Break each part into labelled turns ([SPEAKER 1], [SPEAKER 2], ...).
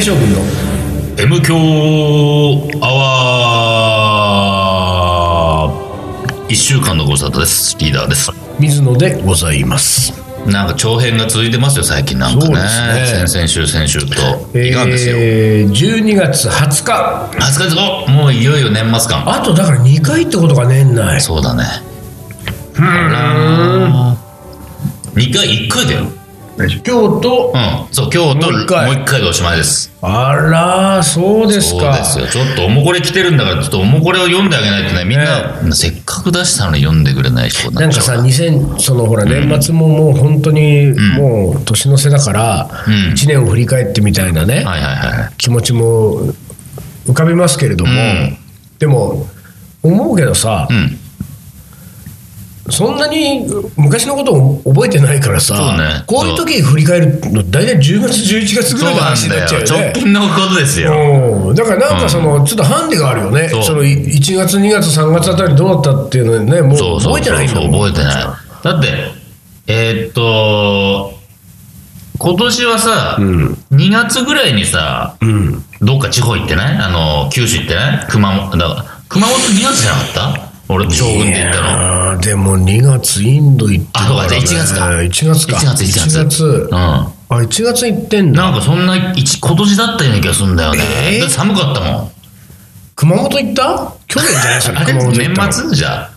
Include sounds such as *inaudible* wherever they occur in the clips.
[SPEAKER 1] 将軍の
[SPEAKER 2] M 強アワー一週間のご無沙汰ですリーダーです
[SPEAKER 1] 水野でございます。
[SPEAKER 2] なんか長編が続いてますよ最近なんか
[SPEAKER 1] そ
[SPEAKER 2] ね
[SPEAKER 1] うですね
[SPEAKER 2] 先々週先週といかんですよ、
[SPEAKER 1] えー12月20日。
[SPEAKER 2] 20日後もういよいよ年末感
[SPEAKER 1] あとだから2回ってことが年内。
[SPEAKER 2] そうだね2回1回だよ
[SPEAKER 1] 京都。
[SPEAKER 2] うんそう今日と
[SPEAKER 1] もう
[SPEAKER 2] もう
[SPEAKER 1] 一回
[SPEAKER 2] 1回でおしまいです
[SPEAKER 1] あらー、そうです
[SPEAKER 2] そう
[SPEAKER 1] か。
[SPEAKER 2] ですよちょっとおもこれ来てるんだからちょっとおもこれを読んであげないとねみんな、せっかく出したのに読んでくれない人
[SPEAKER 1] なんかさ、2000、そのほら、年末ももう本当に、もう年の瀬だから、
[SPEAKER 2] うん
[SPEAKER 1] 1年を振り返ってみたいなね、
[SPEAKER 2] はいはいはい
[SPEAKER 1] 気持ちも浮かびますけれども、
[SPEAKER 2] うん
[SPEAKER 1] でも、思うけどさ、
[SPEAKER 2] うん
[SPEAKER 1] そんなに昔のことを覚えてないからさ、
[SPEAKER 2] そうね
[SPEAKER 1] こういう時振り返るの大体10月11月ぐ
[SPEAKER 2] そ
[SPEAKER 1] ら
[SPEAKER 2] う
[SPEAKER 1] いの
[SPEAKER 2] な
[SPEAKER 1] 話
[SPEAKER 2] ん
[SPEAKER 1] になっち
[SPEAKER 2] だ
[SPEAKER 1] ゃう
[SPEAKER 2] よ
[SPEAKER 1] よね
[SPEAKER 2] 直。近のことですよ、
[SPEAKER 1] うんだからなんかその、ちょっとハンデがあるよね、
[SPEAKER 2] そ
[SPEAKER 1] そうのい1月、2月、3月あたりどうだったっていうのね、も
[SPEAKER 2] そううそう
[SPEAKER 1] 覚えてないんだ
[SPEAKER 2] そう
[SPEAKER 1] もん
[SPEAKER 2] 覚えてないだってえーっと今年はさ、2月ぐらいにさ
[SPEAKER 1] うん、
[SPEAKER 2] どっか地方行ってないあの九州行ってない熊本だから熊本2月じゃなかった俺将軍って言ったの
[SPEAKER 1] のでも2月、インド行ってた
[SPEAKER 2] あそうかじゃあ1月か
[SPEAKER 1] 1月か、
[SPEAKER 2] 1月1月
[SPEAKER 1] 1月
[SPEAKER 2] うん
[SPEAKER 1] あ1月行ってんだ、
[SPEAKER 2] なんかそんな一今年だったような気がするんだよね、
[SPEAKER 1] えー
[SPEAKER 2] だって寒かったもん
[SPEAKER 1] 熊本行った去年じゃないです
[SPEAKER 2] あ
[SPEAKER 1] か、
[SPEAKER 2] れ
[SPEAKER 1] 熊本行ったの
[SPEAKER 2] 年末じゃあ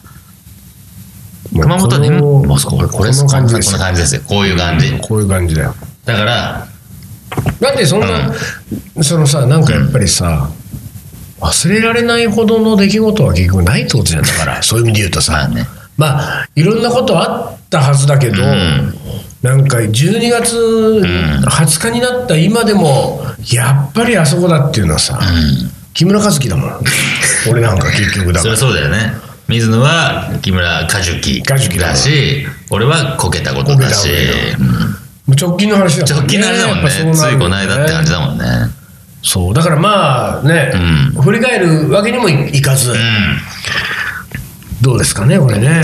[SPEAKER 1] もう
[SPEAKER 2] 熊本は年
[SPEAKER 1] この
[SPEAKER 2] もうそうこれこれ
[SPEAKER 1] この感じです
[SPEAKER 2] こんな感じですよこういう感じ
[SPEAKER 1] こういう感じだよ。
[SPEAKER 2] だから
[SPEAKER 1] だってそんな、そのさなんかやっぱりさ、忘れられないほどの出来事は結局ないってことじゃんだから
[SPEAKER 2] *laughs*
[SPEAKER 1] そういう意味で言うと
[SPEAKER 2] まあ
[SPEAKER 1] さ
[SPEAKER 2] ね
[SPEAKER 1] まあいろんなことあったはずだけど、
[SPEAKER 2] ん
[SPEAKER 1] なんか12月20日になった今でもやっぱりあそこだっていうのはさ、木村和樹だも
[SPEAKER 2] *laughs*
[SPEAKER 1] ん俺なんか結局だか
[SPEAKER 2] そりゃ
[SPEAKER 1] ら
[SPEAKER 2] そうだよね水野は木村果樹樹
[SPEAKER 1] 果樹樹だ
[SPEAKER 2] だし俺はこけたことだし
[SPEAKER 1] こけ
[SPEAKER 2] うん
[SPEAKER 1] もう直近の話だもん
[SPEAKER 2] 直近のあれだもんね
[SPEAKER 1] やっぱ
[SPEAKER 2] つ
[SPEAKER 1] そうないる
[SPEAKER 2] こ
[SPEAKER 1] よ
[SPEAKER 2] の
[SPEAKER 1] ね
[SPEAKER 2] 間って感じだもんね
[SPEAKER 1] そうだからまあね、
[SPEAKER 2] う
[SPEAKER 1] 振り返るわけにもいかず、どうですかねこれね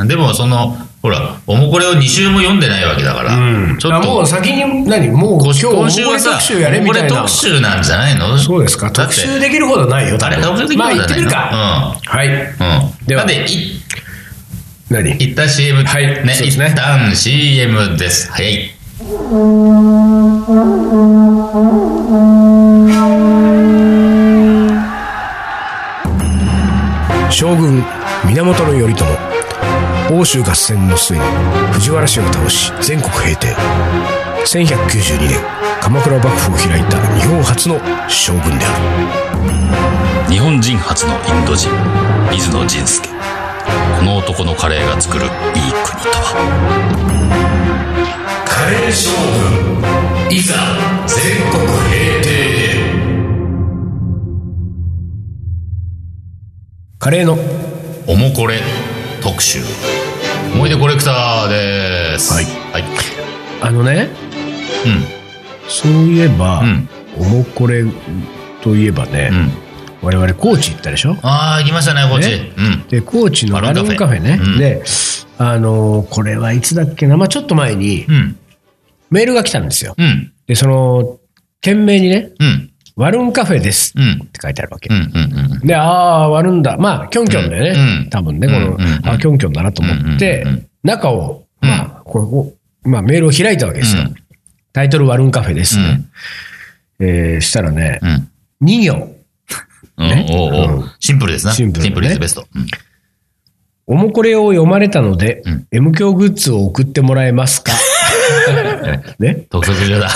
[SPEAKER 2] うんでもそのほらおもこれを2週も読んでないわけだから、ちょっ
[SPEAKER 1] あもう
[SPEAKER 2] と
[SPEAKER 1] 先に何もう今
[SPEAKER 2] 今
[SPEAKER 1] 日
[SPEAKER 2] 今週はさ
[SPEAKER 1] 大盛り特集やれみたい
[SPEAKER 2] おもこれ
[SPEAKER 1] な
[SPEAKER 2] 特集なんじゃないの
[SPEAKER 1] そうですか
[SPEAKER 2] だっ
[SPEAKER 1] 特
[SPEAKER 2] て
[SPEAKER 1] 集できるほどないよ多
[SPEAKER 2] あれ
[SPEAKER 1] 分
[SPEAKER 2] 特集できる
[SPEAKER 1] ま
[SPEAKER 2] ん
[SPEAKER 1] あ
[SPEAKER 2] じ
[SPEAKER 1] 行
[SPEAKER 2] ゃ
[SPEAKER 1] って
[SPEAKER 2] ない
[SPEAKER 1] み
[SPEAKER 2] の
[SPEAKER 1] るか、はい
[SPEAKER 2] うん、うん、
[SPEAKER 1] では
[SPEAKER 2] だってい
[SPEAKER 1] 何
[SPEAKER 2] 一旦 CM
[SPEAKER 1] はいそ
[SPEAKER 2] ね
[SPEAKER 1] うです
[SPEAKER 2] 一
[SPEAKER 1] ね
[SPEAKER 2] 旦 CM です早い
[SPEAKER 1] 将軍源頼朝欧州合戦の末に藤原氏を倒し全国平定1192年鎌倉幕府を開いた日本初の将軍である
[SPEAKER 2] 日本人初のインド人水野仁介この男のカレーが作るいい国とはカレー将軍いざ全国平定
[SPEAKER 1] カレーの
[SPEAKER 2] おもこれ特集思い出コレクターです
[SPEAKER 1] はい
[SPEAKER 2] はい
[SPEAKER 1] あのね
[SPEAKER 2] う
[SPEAKER 1] そういえば、
[SPEAKER 2] うん
[SPEAKER 1] おもこれといえばね、
[SPEAKER 2] んうん
[SPEAKER 1] 我々高知行ったでしょ
[SPEAKER 2] ああ行きましたねこっち、
[SPEAKER 1] ね
[SPEAKER 2] うん
[SPEAKER 1] で高知のバ
[SPEAKER 2] バ
[SPEAKER 1] ル
[SPEAKER 2] ル
[SPEAKER 1] ー
[SPEAKER 2] ー
[SPEAKER 1] ン
[SPEAKER 2] ン
[SPEAKER 1] カ
[SPEAKER 2] カ
[SPEAKER 1] フ
[SPEAKER 2] フ
[SPEAKER 1] ェ
[SPEAKER 2] ェ
[SPEAKER 1] ね、
[SPEAKER 2] うん
[SPEAKER 1] であのーこれはいつだっけな、まあ、ちょっと前に
[SPEAKER 2] うん
[SPEAKER 1] メールが来たんですよ
[SPEAKER 2] うん
[SPEAKER 1] でその件名にね
[SPEAKER 2] うん
[SPEAKER 1] 「ワルーンカフェです」
[SPEAKER 2] うん
[SPEAKER 1] って書いてあるわけ、
[SPEAKER 2] うんうんうん
[SPEAKER 1] でああーワルーンだまあキョンキョンだよね、
[SPEAKER 2] うん
[SPEAKER 1] 多分ねこの、
[SPEAKER 2] うんうんうん
[SPEAKER 1] あキョンキョンだなと思って、
[SPEAKER 2] うんうんうん
[SPEAKER 1] 中を、
[SPEAKER 2] うん
[SPEAKER 1] まあこれをまあ、メールを開いたわけですよ、
[SPEAKER 2] うん
[SPEAKER 1] タイトル「ワルーンカフェですね」えーしたらね
[SPEAKER 2] うんうん
[SPEAKER 1] 2行
[SPEAKER 2] うん
[SPEAKER 1] ね
[SPEAKER 2] おうおう
[SPEAKER 1] うん
[SPEAKER 2] シンプルですな。
[SPEAKER 1] シンプルね
[SPEAKER 2] ですベスト。うん
[SPEAKER 1] 「おもこれを読まれたので、
[SPEAKER 2] うん
[SPEAKER 1] M 響グッズを送ってもらえます
[SPEAKER 2] *laughs*
[SPEAKER 1] か?ね」
[SPEAKER 2] 特速所だ。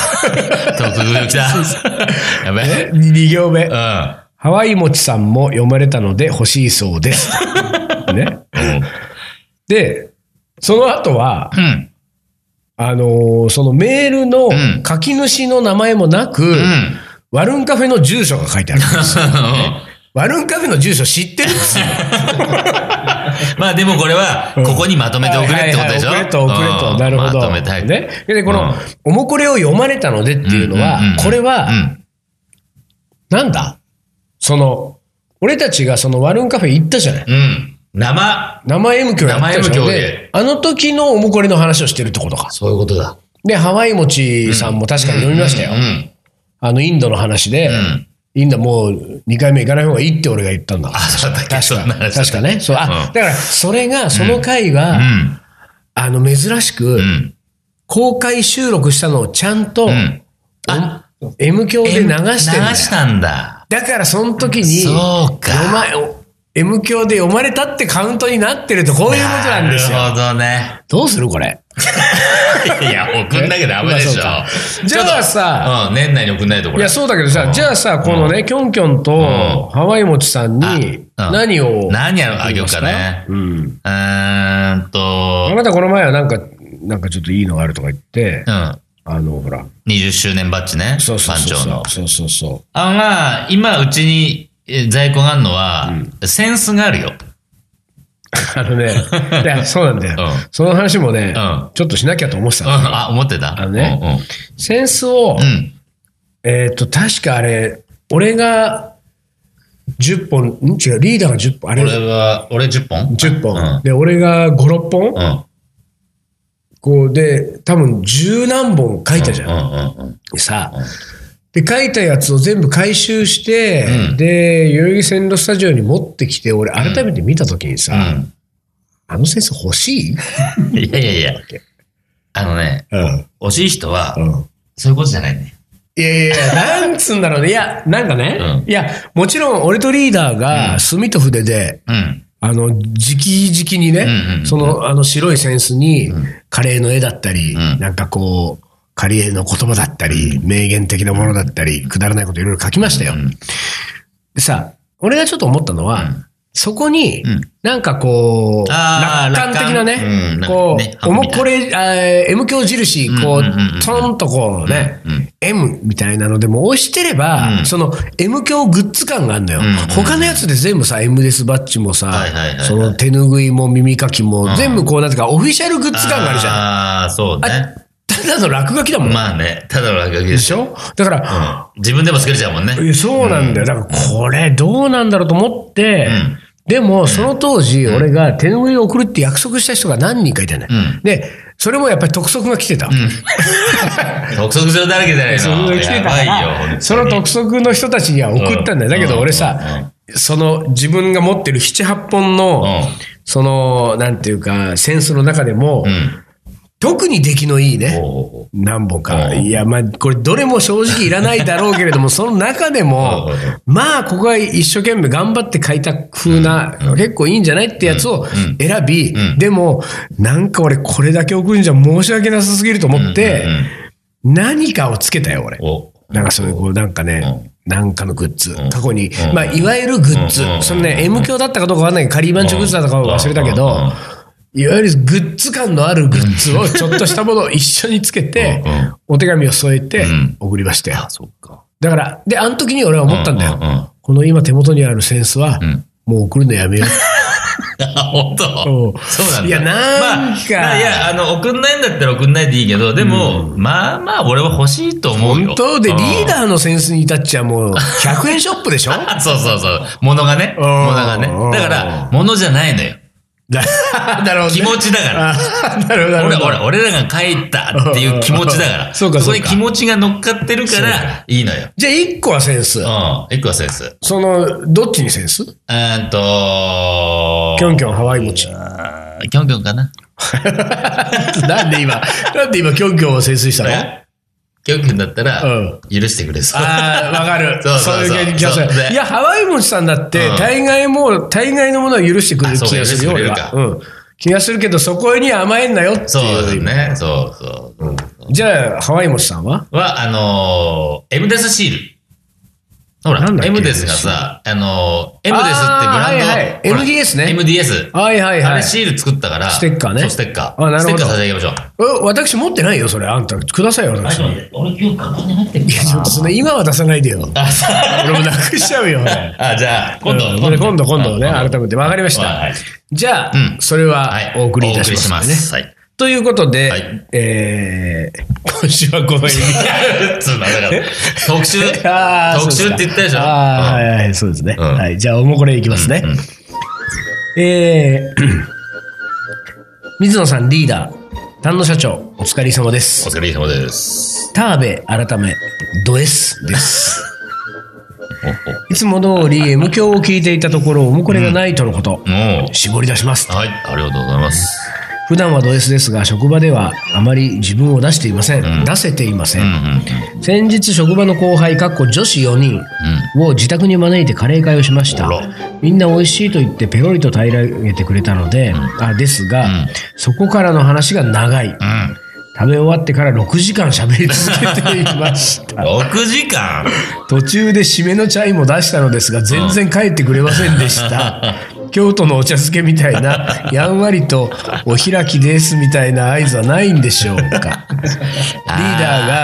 [SPEAKER 2] 特速所来た。やべえ。
[SPEAKER 1] 2行目
[SPEAKER 2] う。ん。
[SPEAKER 1] ハワイもちさんも読まれたので欲しいそう
[SPEAKER 2] *laughs*
[SPEAKER 1] です。ね。で、その後は、
[SPEAKER 2] うん。
[SPEAKER 1] あのーそのメールの
[SPEAKER 2] ん
[SPEAKER 1] 書き主の名前もなく、 *laughs*
[SPEAKER 2] うん。
[SPEAKER 1] ワルンカフェの住所が書いてある。
[SPEAKER 2] *laughs*
[SPEAKER 1] ワルンカフェの住所知ってるんですよ。
[SPEAKER 2] まあでもこれは、ここにまとめ *laughs* て送れってことでしょ
[SPEAKER 1] はいはいはい送れと送れ
[SPEAKER 2] う
[SPEAKER 1] と。
[SPEAKER 2] ん
[SPEAKER 1] なるほど。
[SPEAKER 2] まとめたい。
[SPEAKER 1] ね。で、こ
[SPEAKER 2] う
[SPEAKER 1] の
[SPEAKER 2] ん、
[SPEAKER 1] おもこれを読まれたのでっていうのは
[SPEAKER 2] んんん、
[SPEAKER 1] これは
[SPEAKER 2] う、ん
[SPEAKER 1] なんだその、俺たちがそのワルンカフェ行ったじゃない。
[SPEAKER 2] うん。生。
[SPEAKER 1] 生 M 教やったでしょ
[SPEAKER 2] 生 M 響
[SPEAKER 1] で
[SPEAKER 2] で、
[SPEAKER 1] あの時のおもこりの話をしてるってことか。
[SPEAKER 2] そういうことだ。
[SPEAKER 1] で、ハワイ餅さんも確かに読みましたよ。
[SPEAKER 2] うん。
[SPEAKER 1] あの、インドの話で、
[SPEAKER 2] ん
[SPEAKER 1] インドもう2回目行かない方がいいって俺が言ったんだ。
[SPEAKER 2] あ、そうだったっけそん
[SPEAKER 1] 確
[SPEAKER 2] な
[SPEAKER 1] か。
[SPEAKER 2] 話
[SPEAKER 1] 確かね。そう、あ、
[SPEAKER 2] うん
[SPEAKER 1] だから、それが、その回は、
[SPEAKER 2] うん。
[SPEAKER 1] あの、珍しく、
[SPEAKER 2] うん。
[SPEAKER 1] 公開収録したのをちゃんと、
[SPEAKER 2] ん
[SPEAKER 1] あ M 教で流してんだよ。
[SPEAKER 2] 流したんだ。
[SPEAKER 1] だから、その時に、
[SPEAKER 2] そうか
[SPEAKER 1] 読まお M 教で読まれたってカウントになってると、こういうことなんです
[SPEAKER 2] なる
[SPEAKER 1] よ。
[SPEAKER 2] ほど
[SPEAKER 1] *laughs*
[SPEAKER 2] ね。
[SPEAKER 1] どうするこれ。
[SPEAKER 2] いや、送んなきゃダメでしょ
[SPEAKER 1] まあそうか。じゃあさ、
[SPEAKER 2] うん、年内に送んないとこ
[SPEAKER 1] い
[SPEAKER 2] れ。
[SPEAKER 1] や、そうだけどさ、じゃあさ、このね、キョンキョンと、ハワイもちさんに、
[SPEAKER 2] あうん
[SPEAKER 1] 何を、
[SPEAKER 2] 何やろあげようかね。
[SPEAKER 1] うん。
[SPEAKER 2] うーん
[SPEAKER 1] あ
[SPEAKER 2] と、
[SPEAKER 1] なたこの前はなんか、なんかちょっといいのがあるとか言って、
[SPEAKER 2] うん。
[SPEAKER 1] あの、ほら、
[SPEAKER 2] 20周年バッジね。
[SPEAKER 1] そうそうそう
[SPEAKER 2] 番長の。
[SPEAKER 1] そう。そうそう *laughs* そ
[SPEAKER 2] あのな、今、うちにえ在庫があるのは、センスがあるよ。
[SPEAKER 1] う。あの
[SPEAKER 2] *laughs*
[SPEAKER 1] ね、いやそうなんだよ
[SPEAKER 2] うん。
[SPEAKER 1] その話もね
[SPEAKER 2] うん、
[SPEAKER 1] ちょっとしなきゃと思って
[SPEAKER 2] うん、
[SPEAKER 1] たの。
[SPEAKER 2] あ、思ってた
[SPEAKER 1] あのねセンスを
[SPEAKER 2] うん、う、ん。
[SPEAKER 1] えっと、確かあれ、俺が10本、ん違う、リーダーが10本、あ
[SPEAKER 2] うん。
[SPEAKER 1] れ、
[SPEAKER 2] 俺は、俺10本
[SPEAKER 1] 10
[SPEAKER 2] うん
[SPEAKER 1] 本。で、俺が5、6本
[SPEAKER 2] うん。うん。
[SPEAKER 1] こうで、多分十何本書いたじゃん。
[SPEAKER 2] うんうんうん。
[SPEAKER 1] さで、書いたやつを全部回収して、
[SPEAKER 2] うん
[SPEAKER 1] で、代々木線路スタジオに持ってきて、俺改めて見たときにさ、あの先生欲しい
[SPEAKER 2] うん。いやいやいや。あのね、
[SPEAKER 1] うん。
[SPEAKER 2] 惜しい人は
[SPEAKER 1] う、ん。
[SPEAKER 2] そういうことじゃないね。
[SPEAKER 1] いやいやいや、なんつうんだろうね。いや、なんかね、
[SPEAKER 2] う
[SPEAKER 1] いや、もちろん俺とリーダー
[SPEAKER 2] う
[SPEAKER 1] が、
[SPEAKER 2] ん
[SPEAKER 1] 墨と筆で、
[SPEAKER 2] うん。
[SPEAKER 1] あの、じきじきにね、
[SPEAKER 2] うんうんうん
[SPEAKER 1] その、あの、白いセンスに、カレーの絵だったり、
[SPEAKER 2] うん
[SPEAKER 1] なんかこう、カリエの言葉だったり、名言的なものだったり、くだらないこといろいろ書きましたよ。
[SPEAKER 2] うん
[SPEAKER 1] でさ、俺がちょっと思ったのは、
[SPEAKER 2] うん
[SPEAKER 1] そこに
[SPEAKER 2] うん、
[SPEAKER 1] なんかこう、
[SPEAKER 2] あー
[SPEAKER 1] 楽観的な
[SPEAKER 2] 楽
[SPEAKER 1] ね、
[SPEAKER 2] 観うんなんか
[SPEAKER 1] こ
[SPEAKER 2] ね
[SPEAKER 1] う、お
[SPEAKER 2] 箱
[SPEAKER 1] も
[SPEAKER 2] みたい
[SPEAKER 1] これ、えー M 教印、こ
[SPEAKER 2] うんうんうんうん
[SPEAKER 1] う、トンとこうね、
[SPEAKER 2] うん
[SPEAKER 1] M みたいなのでも押してれば、
[SPEAKER 2] うん
[SPEAKER 1] その M 教グッズ感があるのよ、
[SPEAKER 2] うんうんうん
[SPEAKER 1] 他のやつで全部さ、M ですバッジもさ、
[SPEAKER 2] はいはいはいはい
[SPEAKER 1] その手拭いも耳かきも、
[SPEAKER 2] ん
[SPEAKER 1] 全部こうなんていうか、オフィシャルグッズ感があるじゃん。
[SPEAKER 2] ああー、そうね。
[SPEAKER 1] ただの落書きだもん。
[SPEAKER 2] まあね、ただの落書きで
[SPEAKER 1] で
[SPEAKER 2] し
[SPEAKER 1] し
[SPEAKER 2] ょ。
[SPEAKER 1] ょだから、
[SPEAKER 2] うん自分でも作れちゃうもんね。
[SPEAKER 1] えそうなんだよ。だから、これどうなんだろうと思って、
[SPEAKER 2] うん
[SPEAKER 1] でも、その当時、俺が手拭いを送るって約束した人が何人かいたね。
[SPEAKER 2] うん
[SPEAKER 1] で、それもやっぱり督促が来てた。
[SPEAKER 2] 督促状だらけじゃない
[SPEAKER 1] そ
[SPEAKER 2] の。
[SPEAKER 1] の来て
[SPEAKER 2] や
[SPEAKER 1] たか
[SPEAKER 2] ばいよ
[SPEAKER 1] ら、。その督促の人たちには送ったんだよ。
[SPEAKER 2] うん
[SPEAKER 1] だけど俺
[SPEAKER 2] うん
[SPEAKER 1] さ、その自分が持ってる7、8本の
[SPEAKER 2] うん、
[SPEAKER 1] その、なんていうか、センスの中でも
[SPEAKER 2] う、ん。
[SPEAKER 1] 特に出来のいいね。
[SPEAKER 2] おうおう
[SPEAKER 1] 何本か。
[SPEAKER 2] うん
[SPEAKER 1] いや、まあ、これどれも正直いらないだろうけれども、その中でも
[SPEAKER 2] うんうん、
[SPEAKER 1] まあ、ここが一生懸命頑張って書いた風な、結構いいんじゃないってやつを選び、
[SPEAKER 2] うん
[SPEAKER 1] でも、なんか俺これだけ送るんじゃ申し訳なさすぎると思って、
[SPEAKER 2] うんうんうん
[SPEAKER 1] 何かをつけたよ、俺。
[SPEAKER 2] お
[SPEAKER 1] なんかそういう、こう、なんかね、なんかのグッズ、過去に、まあ、いわゆるグッズ
[SPEAKER 2] うん、
[SPEAKER 1] そのね、M 教だったかどうかわかんないけど、カリーマンチョグッズだったかは忘れたけど
[SPEAKER 2] うんうんう
[SPEAKER 1] い
[SPEAKER 2] ん、
[SPEAKER 1] わゆるグッズ感のあるグッズをちょっとしたものを一緒につけて
[SPEAKER 2] うんうん、
[SPEAKER 1] お手紙を添えて
[SPEAKER 2] うん
[SPEAKER 1] 送りましたよ
[SPEAKER 2] あ、。そっか。
[SPEAKER 1] だから、で、あの時に俺は思ったんだ
[SPEAKER 2] うんうんう
[SPEAKER 1] よ
[SPEAKER 2] ん。
[SPEAKER 1] この今手元にあるセンスは
[SPEAKER 2] ん、
[SPEAKER 1] もう送るのやめよう。
[SPEAKER 2] あ、本当
[SPEAKER 1] おう
[SPEAKER 2] *laughs* そうなんだ。
[SPEAKER 1] いやなんか
[SPEAKER 2] まあいや、あの、送んないんだったら送んないでいいけど、でも、まあまあ、俺は欲しいと思うよ。
[SPEAKER 1] 本当で、
[SPEAKER 2] う
[SPEAKER 1] リ
[SPEAKER 2] ん
[SPEAKER 1] ーダーのセンスに至っちゃもう、100円ショップ
[SPEAKER 2] *laughs*
[SPEAKER 1] でしょだ
[SPEAKER 2] あそうそうそう。物がね。
[SPEAKER 1] うん
[SPEAKER 2] 物がね。だか
[SPEAKER 1] う
[SPEAKER 2] ら、物じゃないのよ。
[SPEAKER 1] なるほどね。
[SPEAKER 2] 気持ちだから。
[SPEAKER 1] あーなるほどなるほ
[SPEAKER 2] 俺
[SPEAKER 1] ど。
[SPEAKER 2] 俺俺らが書いたっていう気持ちだから。
[SPEAKER 1] そうかそうか
[SPEAKER 2] こに気持ちが乗っかってるから、いいのよ。
[SPEAKER 1] じゃあ、1個はセンス。
[SPEAKER 2] うん。一個はセンス。
[SPEAKER 1] その、どっちにセンス
[SPEAKER 2] うーんと、
[SPEAKER 1] キョンキョンハワイ餅。
[SPEAKER 2] あーキョンキョンかな。
[SPEAKER 1] なんで今、なんで今、キョンキョンをセンスしたのあ
[SPEAKER 2] えキョンキョンだったら
[SPEAKER 1] うん、
[SPEAKER 2] 許してくれそう。
[SPEAKER 1] あー、わかる。
[SPEAKER 2] *laughs* そうそうそう
[SPEAKER 1] いう気がする
[SPEAKER 2] そうね
[SPEAKER 1] いや、ハワイ餅さんだって
[SPEAKER 2] う、ん
[SPEAKER 1] 大概もう、大概のものは許してくれる
[SPEAKER 2] あそう
[SPEAKER 1] 気がするよ、
[SPEAKER 2] 許
[SPEAKER 1] 俺
[SPEAKER 2] してくれる
[SPEAKER 1] は
[SPEAKER 2] か。
[SPEAKER 1] うん。気がするけど、そこに甘えんなよっていう。
[SPEAKER 2] そうね。そうそう。
[SPEAKER 1] じゃあ、ハワイ餅さんは
[SPEAKER 2] は、あのー、M デスシール。ほら
[SPEAKER 1] なんだっ、け
[SPEAKER 2] M デスがさ、あのー、M
[SPEAKER 1] あ
[SPEAKER 2] デスってブランド。
[SPEAKER 1] ーはいはい
[SPEAKER 2] ほら
[SPEAKER 1] MDS ね
[SPEAKER 2] MDS。
[SPEAKER 1] はいはい
[SPEAKER 2] あ
[SPEAKER 1] は
[SPEAKER 2] れ
[SPEAKER 1] い。
[SPEAKER 2] シール作ったから。
[SPEAKER 1] ステッカーね
[SPEAKER 2] そう、ステッカー。
[SPEAKER 1] あなるほど
[SPEAKER 2] ステッカー差し上げましょう。
[SPEAKER 1] え私持ってないよ、それ。あんた、くださいよ、私。いや、
[SPEAKER 2] 俺今日カバンに入ってる
[SPEAKER 1] ちょっとその、今は出さないでよ。俺もなくしちゃうよ、俺
[SPEAKER 2] *laughs* あ、じゃあ、 *laughs* 今
[SPEAKER 1] 今
[SPEAKER 2] 度、
[SPEAKER 1] 度、今度、今度ね、改めて。わかりまし
[SPEAKER 2] は
[SPEAKER 1] た
[SPEAKER 2] い。
[SPEAKER 1] じゃあ
[SPEAKER 2] うん、
[SPEAKER 1] それは
[SPEAKER 2] はい
[SPEAKER 1] お送りいたします
[SPEAKER 2] お送りしますは
[SPEAKER 1] ね
[SPEAKER 2] い。
[SPEAKER 1] ということで
[SPEAKER 2] はい、
[SPEAKER 1] えー今週はこの辺に。 *laughs*
[SPEAKER 2] つうのだから、特集、
[SPEAKER 1] あー
[SPEAKER 2] 特集って言ったでしょ。
[SPEAKER 1] あーは
[SPEAKER 2] うん
[SPEAKER 1] いはい、そうですね。
[SPEAKER 2] うん
[SPEAKER 1] はい、じゃあ、おもこれいきますね。えー水野さん、リーダー、丹野社長、お疲れ様です
[SPEAKER 2] お。疲れ様です。
[SPEAKER 1] ターベ改め、ドエスです。
[SPEAKER 2] *laughs* おお
[SPEAKER 1] いつも通り M 響を聞いていたところ、おもこれがないとのこと、
[SPEAKER 2] もう
[SPEAKER 1] 絞り出します。
[SPEAKER 2] はい、ありがとうございます。
[SPEAKER 1] 普段はド S ですが、職場ではあまり自分を出していません。
[SPEAKER 2] うん
[SPEAKER 1] 出せていませ
[SPEAKER 2] うんうん
[SPEAKER 1] ん。先日、職場の後輩、かっこ女子4人を自宅に招いてカレー会をしました
[SPEAKER 2] あら。
[SPEAKER 1] みんな美味しいと言ってペロリと平らげてくれたので、あですが、
[SPEAKER 2] うん
[SPEAKER 1] そこからの話が長い。食べ終わってから6時間喋り続けていました。
[SPEAKER 2] うん。うん。6時間
[SPEAKER 1] 途中で締めのチャイも出したのですが全然帰ってくれませんで
[SPEAKER 2] *laughs*
[SPEAKER 1] した、京都のお茶漬けみたいなやんわりと「お開きです」みたいな合図はないんでしょう
[SPEAKER 2] *laughs*
[SPEAKER 1] かリーダ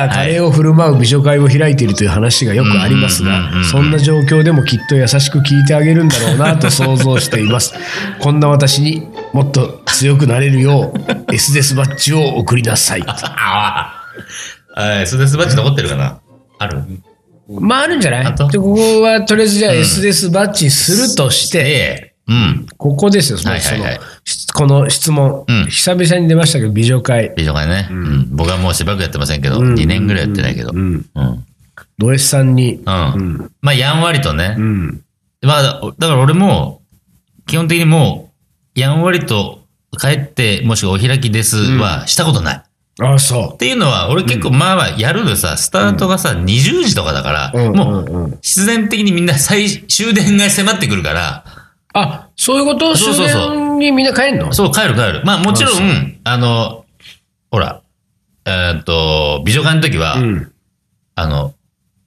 [SPEAKER 1] ーがカレーを振る舞う美女会を開いているという話がよくあります
[SPEAKER 2] うんうんうんうんう
[SPEAKER 1] が
[SPEAKER 2] ん
[SPEAKER 1] そんな状況でもきっと優しく聞いてあげるんだろうなと想像しています
[SPEAKER 2] *laughs*
[SPEAKER 1] こんな私にもっと強くなれるよう S デスバッジを送りなさい
[SPEAKER 2] ああ。はい、スネスバッジ残ってるかなある
[SPEAKER 1] まああるんじゃな
[SPEAKER 2] あ
[SPEAKER 1] い
[SPEAKER 2] と
[SPEAKER 1] でここはとりあえずじゃあ S デスバッジにするとして、
[SPEAKER 2] うん。
[SPEAKER 1] ここですよ、その、
[SPEAKER 2] はいはいはい
[SPEAKER 1] そのしこの質問、
[SPEAKER 2] うん
[SPEAKER 1] 久々に出ましたけど、美女会。
[SPEAKER 2] 美女会ね。うん。僕はもうしばらくやってませんけど、
[SPEAKER 1] うん
[SPEAKER 2] 2年ぐらいやってないけど。
[SPEAKER 1] う
[SPEAKER 2] うん。
[SPEAKER 1] ん。
[SPEAKER 2] うん。
[SPEAKER 1] ド S さんに、ん
[SPEAKER 2] まあ、やんわりとね
[SPEAKER 1] う。ん。
[SPEAKER 2] まあ、だから俺も、基本的にもう、やんわりと帰って、もしくはお開きですはしたことない。
[SPEAKER 1] ああ、そ
[SPEAKER 2] っていうのは、俺結構まあまあやるのさ、スタートがさ、20時とかだから、
[SPEAKER 1] う。うん
[SPEAKER 2] もう、
[SPEAKER 1] んん
[SPEAKER 2] 必然的にみんな最終電が迫ってくるから、
[SPEAKER 1] あ、そういうこと
[SPEAKER 2] そうそうそう
[SPEAKER 1] 終電にみんな帰んの
[SPEAKER 2] そう、帰る帰る。まあもちろ
[SPEAKER 1] あそ
[SPEAKER 2] ん、あの、ほら、えーっと、美女会の時は、
[SPEAKER 1] うん。
[SPEAKER 2] あの、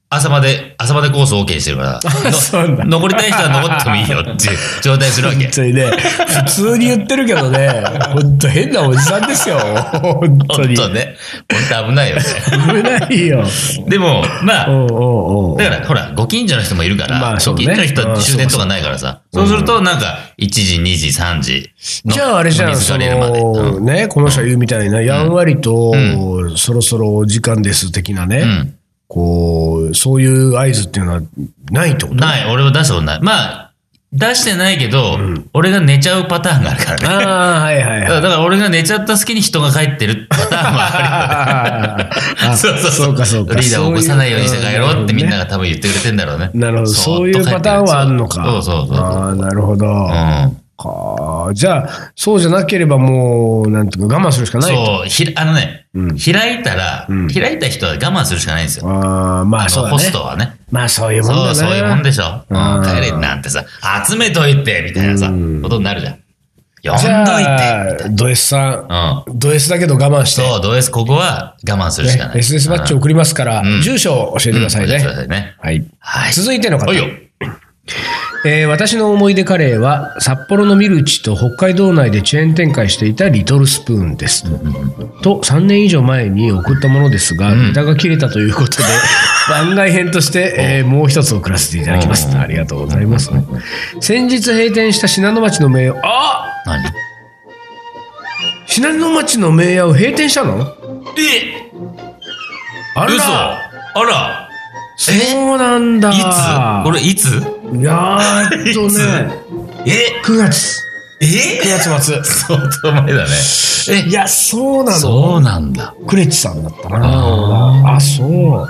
[SPEAKER 2] 朝まで、朝までコース OK してるから、
[SPEAKER 1] そうなんだ
[SPEAKER 2] の残りたい人は残ってもいいよっていう状態するわけ
[SPEAKER 1] 本。当にね、普通に言ってるけどね、本当変なおじさんですよ。 *laughs* 本当
[SPEAKER 2] 本
[SPEAKER 1] に。
[SPEAKER 2] 当ね。本当危ないよね。
[SPEAKER 1] 危ないよ。
[SPEAKER 2] でも、まあ、
[SPEAKER 1] おうおうおう
[SPEAKER 2] だから、ほら、ご近所の人もいるから、
[SPEAKER 1] まあそうね
[SPEAKER 2] ご近所の人は終電とかないからさ、そうすると、なんか、1時、2時、3時の。
[SPEAKER 1] じゃああれじゃん、
[SPEAKER 2] 水
[SPEAKER 1] そ
[SPEAKER 2] が出るまで
[SPEAKER 1] の、ね、この人が言うみたいな、やんわりと、
[SPEAKER 2] う
[SPEAKER 1] そろそろお時間です的なね、
[SPEAKER 2] うん
[SPEAKER 1] こう、そういう合図っていうのはないってこ
[SPEAKER 2] うん。
[SPEAKER 1] と
[SPEAKER 2] ない、俺は出したことない。まあ、出してないけど、俺が寝ちゃうパターンがあるからね。
[SPEAKER 1] ああ、はい *laughs* はい
[SPEAKER 2] だ
[SPEAKER 1] はい。
[SPEAKER 2] からだから俺が寝ちゃった隙に人が帰ってるパターンもあるよね。
[SPEAKER 1] あ *laughs* あ
[SPEAKER 2] そうそう
[SPEAKER 1] そうかそうか。
[SPEAKER 2] リーダーを起こさないようにして帰ろうってみんな
[SPEAKER 1] が。
[SPEAKER 2] が多分言ってくれてんだろうね。
[SPEAKER 1] *laughs* なるほど。
[SPEAKER 2] そ
[SPEAKER 1] そう
[SPEAKER 2] ー
[SPEAKER 1] い
[SPEAKER 2] っと帰ってる
[SPEAKER 1] うパターンはあんのか。
[SPEAKER 2] そうそうそうそう。
[SPEAKER 1] ああ、なるほど。
[SPEAKER 2] うん。
[SPEAKER 1] かじゃあ、そうじゃなければもう、なんていうか、我慢するしかないと。
[SPEAKER 2] そう、ひらあのね、
[SPEAKER 1] うん
[SPEAKER 2] 開いたら、
[SPEAKER 1] ん
[SPEAKER 2] 開いた人は我慢するしかないんですよ。
[SPEAKER 1] ああ、まあ
[SPEAKER 2] あ
[SPEAKER 1] そう
[SPEAKER 2] の
[SPEAKER 1] だ
[SPEAKER 2] ホス
[SPEAKER 1] ね。
[SPEAKER 2] トはね。
[SPEAKER 1] まあそういうもんだ
[SPEAKER 2] そ
[SPEAKER 1] な。
[SPEAKER 2] う、そういうもんでしょ。
[SPEAKER 1] う
[SPEAKER 2] うんん、帰れなんてさ、集めといて、みたいなさ、
[SPEAKER 1] うん
[SPEAKER 2] ことになるじゃん。
[SPEAKER 1] じ
[SPEAKER 2] 呼んどいて。
[SPEAKER 1] ゃあ、ド S さん、
[SPEAKER 2] うん。
[SPEAKER 1] ド S だけど我慢して、
[SPEAKER 2] そう、どうですここは我慢するしか
[SPEAKER 1] ね
[SPEAKER 2] な、い。
[SPEAKER 1] SS バッジ送りますから、
[SPEAKER 2] ん
[SPEAKER 1] 住所を教えて
[SPEAKER 2] う
[SPEAKER 1] く
[SPEAKER 2] ん
[SPEAKER 1] ださいね。
[SPEAKER 2] 教えてくださいね。
[SPEAKER 1] はい。
[SPEAKER 2] はい。
[SPEAKER 1] 続いての方
[SPEAKER 2] おい。よ。
[SPEAKER 1] えー私の思い出カレーは、札幌のミルチと北海道内でチェーン展開していたリトルスプーンです。と、3年以上前に送ったものですが、
[SPEAKER 2] ん
[SPEAKER 1] ネタが切れたということで、
[SPEAKER 2] *laughs*
[SPEAKER 1] 番外編として、えーもう一つ送らせていただきます。
[SPEAKER 2] うん
[SPEAKER 1] ありがとうございます。先日閉店した信濃町の名誉、あ
[SPEAKER 2] 何
[SPEAKER 1] 信濃町の名屋を閉店したの
[SPEAKER 2] え
[SPEAKER 1] あ
[SPEAKER 2] 嘘
[SPEAKER 1] ら
[SPEAKER 2] あら
[SPEAKER 1] そうなんだ。
[SPEAKER 2] いつこれいつ
[SPEAKER 1] いやーっと
[SPEAKER 2] *laughs* いつ
[SPEAKER 1] ね、
[SPEAKER 2] え
[SPEAKER 1] 9月。
[SPEAKER 2] え
[SPEAKER 1] 9月末。
[SPEAKER 2] 相当前だね。
[SPEAKER 1] いや、そうなの。
[SPEAKER 2] そうなんだ。
[SPEAKER 1] クレッチさんだった
[SPEAKER 2] あ
[SPEAKER 1] な。あ、そう。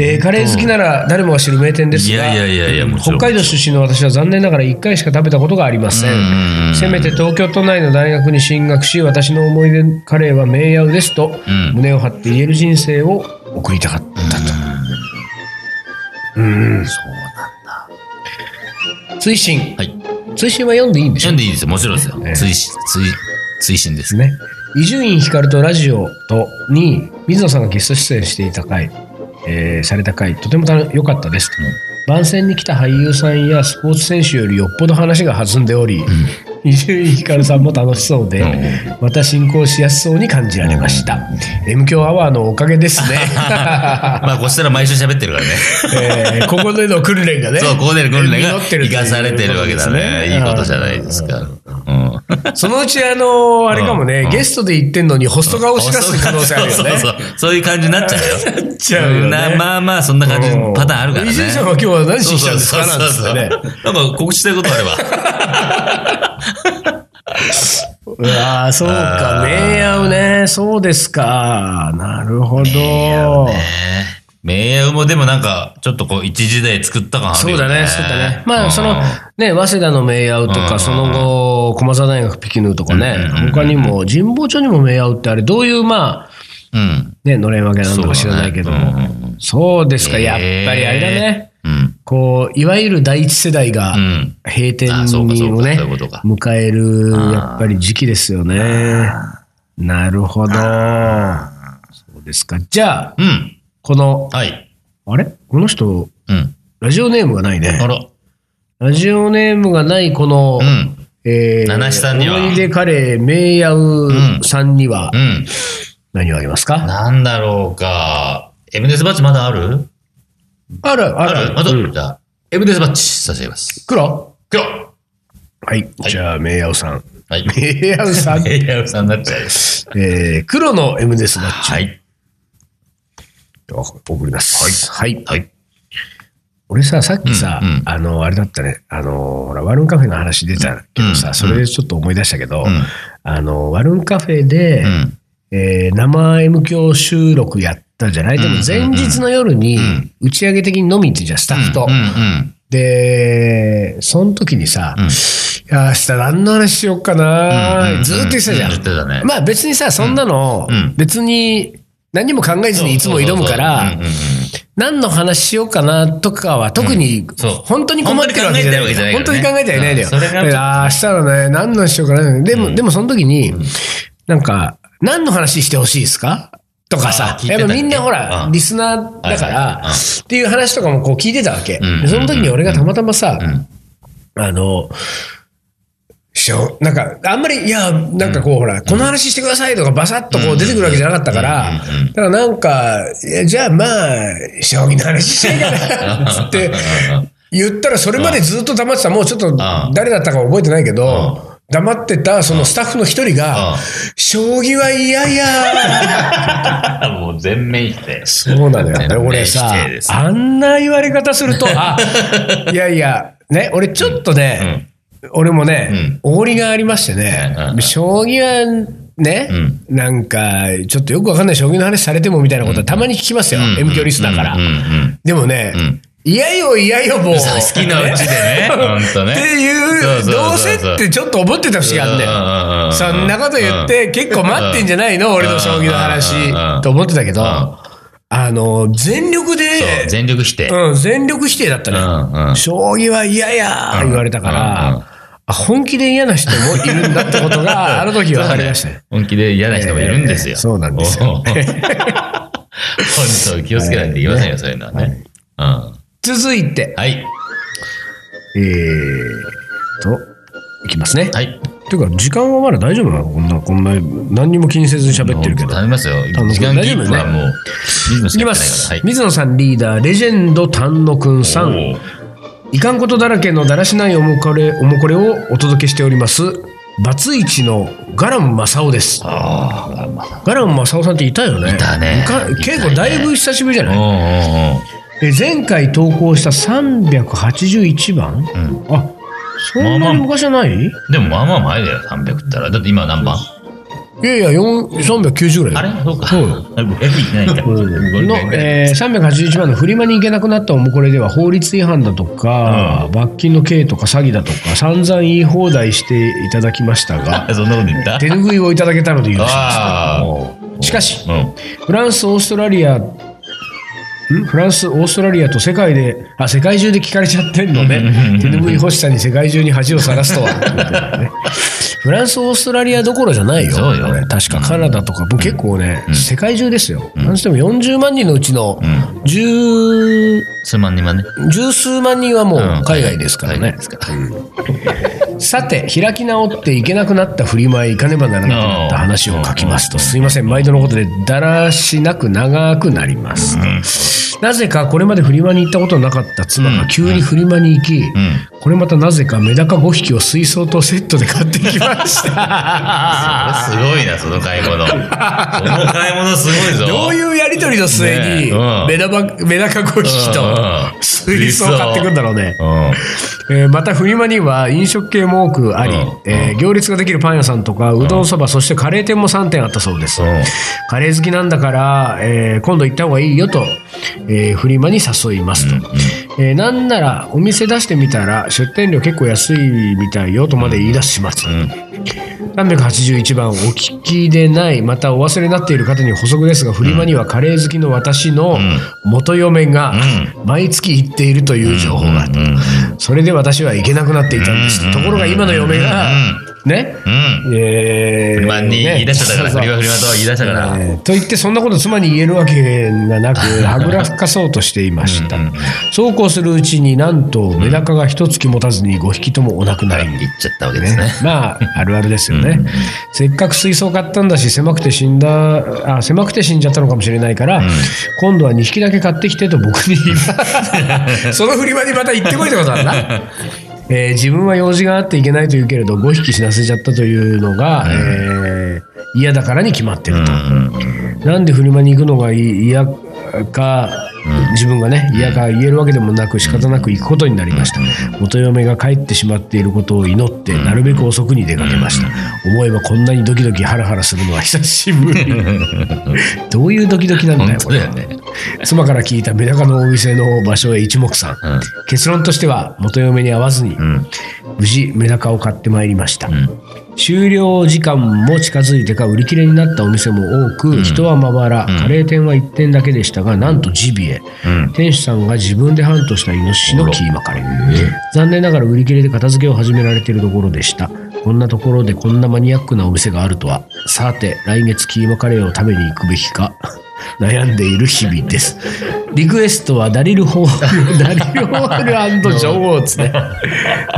[SPEAKER 1] えーカレー好きなら誰もが知る名店ですが、
[SPEAKER 2] いやいやいやいやもちろ
[SPEAKER 1] 北
[SPEAKER 2] ん
[SPEAKER 1] 海道出身の私は残念ながら1回しか食べたことがありませ
[SPEAKER 2] うん
[SPEAKER 1] ん。
[SPEAKER 2] うんうん
[SPEAKER 1] せめて東京都内の大学に進学し、私の思い出カレーは名屋ですと、
[SPEAKER 2] うん
[SPEAKER 1] 胸を張って言える人生を送りたかったと。うん。
[SPEAKER 2] そうなんだ。
[SPEAKER 1] 追伸。
[SPEAKER 2] はい。
[SPEAKER 1] 追伸は読んでいいんでしょ
[SPEAKER 2] 読んでいいですよ。もちろんですよ
[SPEAKER 1] ええ。
[SPEAKER 2] 追伸、追、追伸で
[SPEAKER 1] です
[SPEAKER 2] す。
[SPEAKER 1] ね。伊集院光とラジオとに水野さんがゲスト出演していた回、えーされた回、とてもたの良かったですと。
[SPEAKER 2] うん
[SPEAKER 1] 番宣に来た俳優さんやスポーツ選手よりよっぽど話が弾んでおり、伊集院光さんも楽しそうで、
[SPEAKER 2] うん
[SPEAKER 1] また進行しやすそうに感じられました。M 強アワーのおかげですね。
[SPEAKER 2] まあ、こちら毎週喋ってるからね。
[SPEAKER 1] *laughs* えーここでの訓練がね。
[SPEAKER 2] そう、ここでの訓練が
[SPEAKER 1] 実ってるという
[SPEAKER 2] 生かされてるわけだね。いいことじゃないですか。うん。
[SPEAKER 1] そのうち、あの、あれかもね、
[SPEAKER 2] うん
[SPEAKER 1] ゲストで言ってんのにホストが押し出す可能性あるよね。
[SPEAKER 2] そうそうそう。そういう感じになっちゃうよ。なっ
[SPEAKER 1] ちゃうよね
[SPEAKER 2] まあまあ、そんな感じのパターンあるからね。
[SPEAKER 1] 伊集院さんは今日は何してきたんですか
[SPEAKER 2] そ
[SPEAKER 1] な
[SPEAKER 2] うんそう
[SPEAKER 1] つっ
[SPEAKER 2] そうそう
[SPEAKER 1] てね。
[SPEAKER 2] なんか告知したいことあれば。
[SPEAKER 1] うわーそうか、名合うね。そうですか。なるほど。
[SPEAKER 2] 名誉もでもなんか、ちょっとこう、一時代作った感ある
[SPEAKER 1] そう
[SPEAKER 2] よ
[SPEAKER 1] だね、
[SPEAKER 2] ね。
[SPEAKER 1] そうだね。まあ、その
[SPEAKER 2] うん、
[SPEAKER 1] ね、早稲田の名合うと
[SPEAKER 2] う
[SPEAKER 1] か、
[SPEAKER 2] ん
[SPEAKER 1] その後、駒沢大学ピキヌーとかね、他にも、神保町にも名合うってあれ、どういう、まあ、
[SPEAKER 2] うん。
[SPEAKER 1] ね、のれんわけなんとか知らないけど
[SPEAKER 2] そうだねう
[SPEAKER 1] も。そうですか、
[SPEAKER 2] へー
[SPEAKER 1] やっぱりあれだね。
[SPEAKER 2] うん。
[SPEAKER 1] こう、いわゆる第一世代が
[SPEAKER 2] う、ん。
[SPEAKER 1] 閉店
[SPEAKER 2] あそうかそう
[SPEAKER 1] を
[SPEAKER 2] か
[SPEAKER 1] ね
[SPEAKER 2] そういうことか、
[SPEAKER 1] 迎える、やっぱり時期ですよね。なるほど。そうですか。じゃあ、
[SPEAKER 2] うん。
[SPEAKER 1] この、
[SPEAKER 2] はい。
[SPEAKER 1] あれこの人、
[SPEAKER 2] うん。
[SPEAKER 1] ラジオネームがないね
[SPEAKER 2] あ。ら。
[SPEAKER 1] ラジオネームがないこの、
[SPEAKER 2] うん。
[SPEAKER 1] えー
[SPEAKER 2] 七七さんには
[SPEAKER 1] 思い出カレー、名ヤウさんには
[SPEAKER 2] うん。
[SPEAKER 1] 何をあげますか、
[SPEAKER 2] なんだろうか。エムデスバッチまだある
[SPEAKER 1] あるあ
[SPEAKER 2] あ
[SPEAKER 1] る。
[SPEAKER 2] るまだ、
[SPEAKER 1] うん
[SPEAKER 2] じゃあ、エムデスバッチ差し上げます。
[SPEAKER 1] 黒
[SPEAKER 2] 今日
[SPEAKER 1] はい。じゃあ、名ヤウさん。 *laughs*
[SPEAKER 2] はい。
[SPEAKER 1] 名ヤウさ
[SPEAKER 2] *laughs*
[SPEAKER 1] ん。
[SPEAKER 2] 名誉さんになっちゃう。
[SPEAKER 1] えー、黒の M ですバッチ。
[SPEAKER 2] はい。
[SPEAKER 1] 送ります。はい。
[SPEAKER 2] はい。
[SPEAKER 1] 俺さ、さっきさ、
[SPEAKER 2] うんうん
[SPEAKER 1] あの、あれだったね、あの、ほら、ワルンカフェの話出たけどさ、
[SPEAKER 2] うん
[SPEAKER 1] それでちょっと思い出したけど、
[SPEAKER 2] うん
[SPEAKER 1] あの、ワルンカフェで、
[SPEAKER 2] うん。
[SPEAKER 1] えー生 M 響収録やったじゃない、
[SPEAKER 2] うん
[SPEAKER 1] でも前日の夜に
[SPEAKER 2] ん、
[SPEAKER 1] 打ち上げ的に飲みに行ってんじゃん、スタッフと。
[SPEAKER 2] うんうん。
[SPEAKER 1] で、その時にさ、
[SPEAKER 2] ん
[SPEAKER 1] いや、明日何の話しようかな、
[SPEAKER 2] うんうん
[SPEAKER 1] ずーっと言ってたじゃん。
[SPEAKER 2] 言ってたね
[SPEAKER 1] まあ別にさ、そんなの、
[SPEAKER 2] うんうん
[SPEAKER 1] 別に何も考えずにいつも挑むから、
[SPEAKER 2] そうそうそう
[SPEAKER 1] 何の話しようかなとかは特に
[SPEAKER 2] んそう、
[SPEAKER 1] 本当に困ってるわけじゃないんだよ。本
[SPEAKER 2] 本
[SPEAKER 1] 当
[SPEAKER 2] 当
[SPEAKER 1] に
[SPEAKER 2] に
[SPEAKER 1] 考
[SPEAKER 2] 考
[SPEAKER 1] え
[SPEAKER 2] え
[SPEAKER 1] て
[SPEAKER 2] て
[SPEAKER 1] は
[SPEAKER 2] はいい
[SPEAKER 1] な
[SPEAKER 2] な
[SPEAKER 1] ん
[SPEAKER 2] いいん
[SPEAKER 1] だ
[SPEAKER 2] だ
[SPEAKER 1] よ。
[SPEAKER 2] よ
[SPEAKER 1] だか
[SPEAKER 2] それが
[SPEAKER 1] ら明日のね、何のしようかな。でも、でもその時に、なんか、何の話してほしいですかとかさ
[SPEAKER 2] あ、ー聞いて
[SPEAKER 1] や
[SPEAKER 2] た
[SPEAKER 1] っ
[SPEAKER 2] ね
[SPEAKER 1] ぱみんなほら
[SPEAKER 2] う、ん
[SPEAKER 1] リスナーだか
[SPEAKER 2] はい
[SPEAKER 1] ら
[SPEAKER 2] はいはいうん、
[SPEAKER 1] っていう話とかもこう聞いてたわけ。
[SPEAKER 2] ん
[SPEAKER 1] でその時に俺がたまたまさ
[SPEAKER 2] んうん、
[SPEAKER 1] あの、しょなんか、あんまり、いや、なんかこう、ほら、この話してくださいとか、バサッとこう出てくるわけじゃなかったから、だからなんか、いやじゃあまあ、将棋の話していいかな、つって言ったら、それまでずっと黙ってた、もうちょっと誰だったか覚えてないけど、黙ってたそのスタッフの一人が
[SPEAKER 2] うん、
[SPEAKER 1] 将棋は嫌や
[SPEAKER 2] あ *laughs* もう全面否定。 *laughs*
[SPEAKER 1] そうなのよね。
[SPEAKER 2] 全面
[SPEAKER 1] 俺さ
[SPEAKER 2] 否定で、す
[SPEAKER 1] あんな言われ方する
[SPEAKER 2] *laughs*
[SPEAKER 1] と、あ、いやいや、ね、俺ちょっとね、
[SPEAKER 2] うん。
[SPEAKER 1] 俺もね、おごりがありましてね
[SPEAKER 2] うんうんう、ん
[SPEAKER 1] 将棋はね、なんか、ちょっとよくわかんない将棋の話されてもみたいなことはたまに聞きますよ。
[SPEAKER 2] うん
[SPEAKER 1] M 響リスナーから
[SPEAKER 2] うんうんうん。
[SPEAKER 1] でもね
[SPEAKER 2] ん、
[SPEAKER 1] 嫌よ嫌よもう。
[SPEAKER 2] そう好きなうち
[SPEAKER 1] *laughs*
[SPEAKER 2] でねほんとね
[SPEAKER 1] って
[SPEAKER 2] そ
[SPEAKER 1] いうう、
[SPEAKER 2] そう
[SPEAKER 1] どう
[SPEAKER 2] そ
[SPEAKER 1] せ
[SPEAKER 2] うそう
[SPEAKER 1] ってちょっと思ってた節があんだよ。
[SPEAKER 2] う
[SPEAKER 1] そんなこと言っ、て、結構待ってんじゃないの俺の将棋の
[SPEAKER 2] うんう
[SPEAKER 1] 話。
[SPEAKER 2] ん
[SPEAKER 1] と思ってたけど、
[SPEAKER 2] うん
[SPEAKER 1] あの、全力
[SPEAKER 2] うんそう、
[SPEAKER 1] で、
[SPEAKER 2] 全力否定。
[SPEAKER 1] うん、全力否定だったね。
[SPEAKER 2] うんうん
[SPEAKER 1] 将棋は嫌や言われたから、
[SPEAKER 2] うんうん
[SPEAKER 1] あ本気で嫌な人もいるんだってこと
[SPEAKER 2] *laughs*
[SPEAKER 1] が、あの時分かりましたね。
[SPEAKER 2] 本気で嫌な人もいるんです
[SPEAKER 1] え
[SPEAKER 2] よ。
[SPEAKER 1] えそうなんですよ *laughs*
[SPEAKER 2] おお本当気をつけないといけませんよ、そういうのはね。うん。
[SPEAKER 1] 続いて、
[SPEAKER 2] はい。
[SPEAKER 1] えーと、いきますね。
[SPEAKER 2] はい。
[SPEAKER 1] ていうか、時間はまだ大丈夫なのこんな、こんな、何にも気にせずに喋ってるけど。
[SPEAKER 2] 頼みますよ。
[SPEAKER 1] 頼む
[SPEAKER 2] 時間キープはもう、水野
[SPEAKER 1] い
[SPEAKER 2] し
[SPEAKER 1] き
[SPEAKER 2] かや
[SPEAKER 1] ま
[SPEAKER 2] ってない
[SPEAKER 1] す、
[SPEAKER 2] から。はい。
[SPEAKER 1] 水野さんリーダー、レジェンド丹野くんさん。
[SPEAKER 2] おー
[SPEAKER 1] いかんことだらけのだらしないおもこれ、おもこれをお届けしております。バツイチのガラン正雄です。
[SPEAKER 2] あーまあ、
[SPEAKER 1] ガラン正雄さんっていたよね。
[SPEAKER 2] いたね
[SPEAKER 1] か
[SPEAKER 2] いたね
[SPEAKER 1] 結構だいぶ久しぶりじゃない
[SPEAKER 2] お
[SPEAKER 1] え前回投稿した381番、
[SPEAKER 2] うんうんうん。
[SPEAKER 1] あそんなに昔じゃない、
[SPEAKER 2] うん。でもまあまあ前だよ、300ったら。だって今何番
[SPEAKER 1] いやいや4 390ぐらい
[SPEAKER 2] あ
[SPEAKER 1] だ
[SPEAKER 2] れ
[SPEAKER 1] よ
[SPEAKER 2] そうか。
[SPEAKER 1] そうよ
[SPEAKER 2] 500いないか。
[SPEAKER 1] うんの
[SPEAKER 2] 500ぐらい
[SPEAKER 1] えー、381番のフリマに行けなくなったおもこれでは法律違反だとか、
[SPEAKER 2] う
[SPEAKER 1] 罰金の刑とか詐欺だとか散々言い放題していただきましたが
[SPEAKER 2] *laughs* そんなこと言った
[SPEAKER 1] 手拭いをいただけたので許し
[SPEAKER 2] あー
[SPEAKER 1] ますしかし
[SPEAKER 2] うん。
[SPEAKER 1] フランス、オーストラリア、んフランス、オーストラリアと世界で、あ、世界中で聞かれちゃってんのね。手拭い欲しさに世界中に恥をさらすと *laughs* はってことだよね。フランス、オーストラリアどころじゃないよ。
[SPEAKER 2] そうよ
[SPEAKER 1] これ確かカナダとか、もう結構ね、世界中ですよ。なんつっても40万人のうちの
[SPEAKER 2] ん
[SPEAKER 1] 十、
[SPEAKER 2] 数万人はね。
[SPEAKER 1] 十数万人はもう
[SPEAKER 2] うん
[SPEAKER 1] 海外ですから
[SPEAKER 2] 海外
[SPEAKER 1] ね
[SPEAKER 2] で。すから
[SPEAKER 1] さて、開き直っていけなくなった振り舞い、行かねばならなくなった話を書きますと、すいません、毎度のことで、だらしなく長くなります。なぜか、これまでフリマに行ったことのなかった妻が急にフリマに行き、これまたなぜかメダカ5匹を水槽とセットで買ってきま
[SPEAKER 2] *laughs*
[SPEAKER 1] した。
[SPEAKER 2] すごいな、その買い物。その買い物すごいぞ。
[SPEAKER 1] どういうやりとりの末に
[SPEAKER 2] ねえうん
[SPEAKER 1] メダバメダカ5匹
[SPEAKER 2] うんう
[SPEAKER 1] と
[SPEAKER 2] ん
[SPEAKER 1] 水槽を買ってくんだろうね。
[SPEAKER 2] うん。
[SPEAKER 1] えーまたフリマには飲食系おも多くあり、
[SPEAKER 2] うん
[SPEAKER 1] えー行列ができるパン屋さんとか、うどんそば、そしてカレー店も3店あったそうです。カレー好きなんだから、えー今度行った方がいいよと、えーフリマに誘いますと、えーなんならお店出してみたら出店料結構安いみたいよとまで言い出します、381番お聞きでないまたお忘れになっている方に補足ですがフリマにはカレー好きの私の元嫁が毎月行っているという情報があった、それで私は行けなくなっていたんです、
[SPEAKER 2] うん
[SPEAKER 1] ところが今の嫁が、ね、
[SPEAKER 2] うん。
[SPEAKER 1] えー
[SPEAKER 2] 不満に言い出しちゃったから、
[SPEAKER 1] ね
[SPEAKER 2] 振りは振りはとは言い出したから。
[SPEAKER 1] えーと言ってそんなこと妻に言えるわけが
[SPEAKER 2] *laughs*
[SPEAKER 1] なくはぐらかそうとしていました
[SPEAKER 2] うんうん
[SPEAKER 1] そうこうするうちになんとメダカが一月持たずに5匹ともお亡くなりに
[SPEAKER 2] 言っちゃったわけで
[SPEAKER 1] ね
[SPEAKER 2] すね。
[SPEAKER 1] まああるあるですよね、せっかく水槽買ったんだし狭くて死んだあ狭くて死んじゃったのかもしれないから、今度は2匹だけ買ってきてと僕に
[SPEAKER 2] *laughs*
[SPEAKER 1] その振り場にまた行ってこいってことなんだえー自分は用事があっていけないというけれど5匹死なせちゃったというのが、えー嫌だからに決まってると、なんでフリマに行くのがいい嫌か、自分がね嫌か言えるわけでもなく仕方なく行くことになりました、元嫁が帰ってしまっていることを祈ってなるべく遅くに出かけました、思えばこんなにドキドキハラハラするのは久しぶりどういうドキドキなんだ
[SPEAKER 2] 本
[SPEAKER 1] よ
[SPEAKER 2] 当
[SPEAKER 1] これ
[SPEAKER 2] だよね。
[SPEAKER 1] 妻から聞いたメダカのお店の場所へ一目散、結論としては元嫁に会わずに、無事メダカを買ってまいりました、終了時間も近づいてか売り切れになったお店も多く、人はまばら、カレー店は1店だけでしたがなんとジビエ、店主さんが自分でハントしたイノシシのキーマカレー、残念ながら売り切れで片付けを始められているところでしたこんなところでこんなマニアックなお店があるとはさて来月キーマカレーを食べに行くべきか *laughs* 悩んでいる日々ですリクエストはダリルホールダリルホールジョン・ウォーツね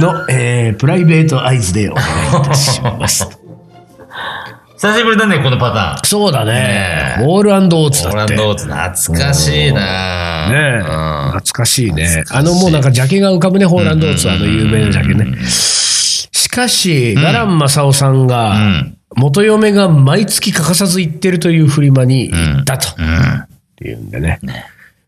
[SPEAKER 1] の、えープライベートアイズでお願いいたします。
[SPEAKER 2] 久しぶりだね、このパ
[SPEAKER 1] *laughs*
[SPEAKER 2] タ
[SPEAKER 1] そうだね
[SPEAKER 2] ね。え
[SPEAKER 1] ウォールオーツ
[SPEAKER 2] ーン。オ
[SPEAKER 1] だ
[SPEAKER 2] ーラ
[SPEAKER 1] って。
[SPEAKER 2] ン
[SPEAKER 1] ね
[SPEAKER 2] ドオーツ、懐かしいな
[SPEAKER 1] え懐かしいね。あの、もうなんか、ジャケが浮かぶね、ホーランドオーツは、あの、有名なジャケね。しかし、ガラン正雄さん
[SPEAKER 2] う
[SPEAKER 1] が、
[SPEAKER 2] ん。
[SPEAKER 1] 元嫁が毎月欠かさず行ってるというフリマに行ったと。
[SPEAKER 2] う
[SPEAKER 1] っ
[SPEAKER 2] ん。
[SPEAKER 1] ていうんでね。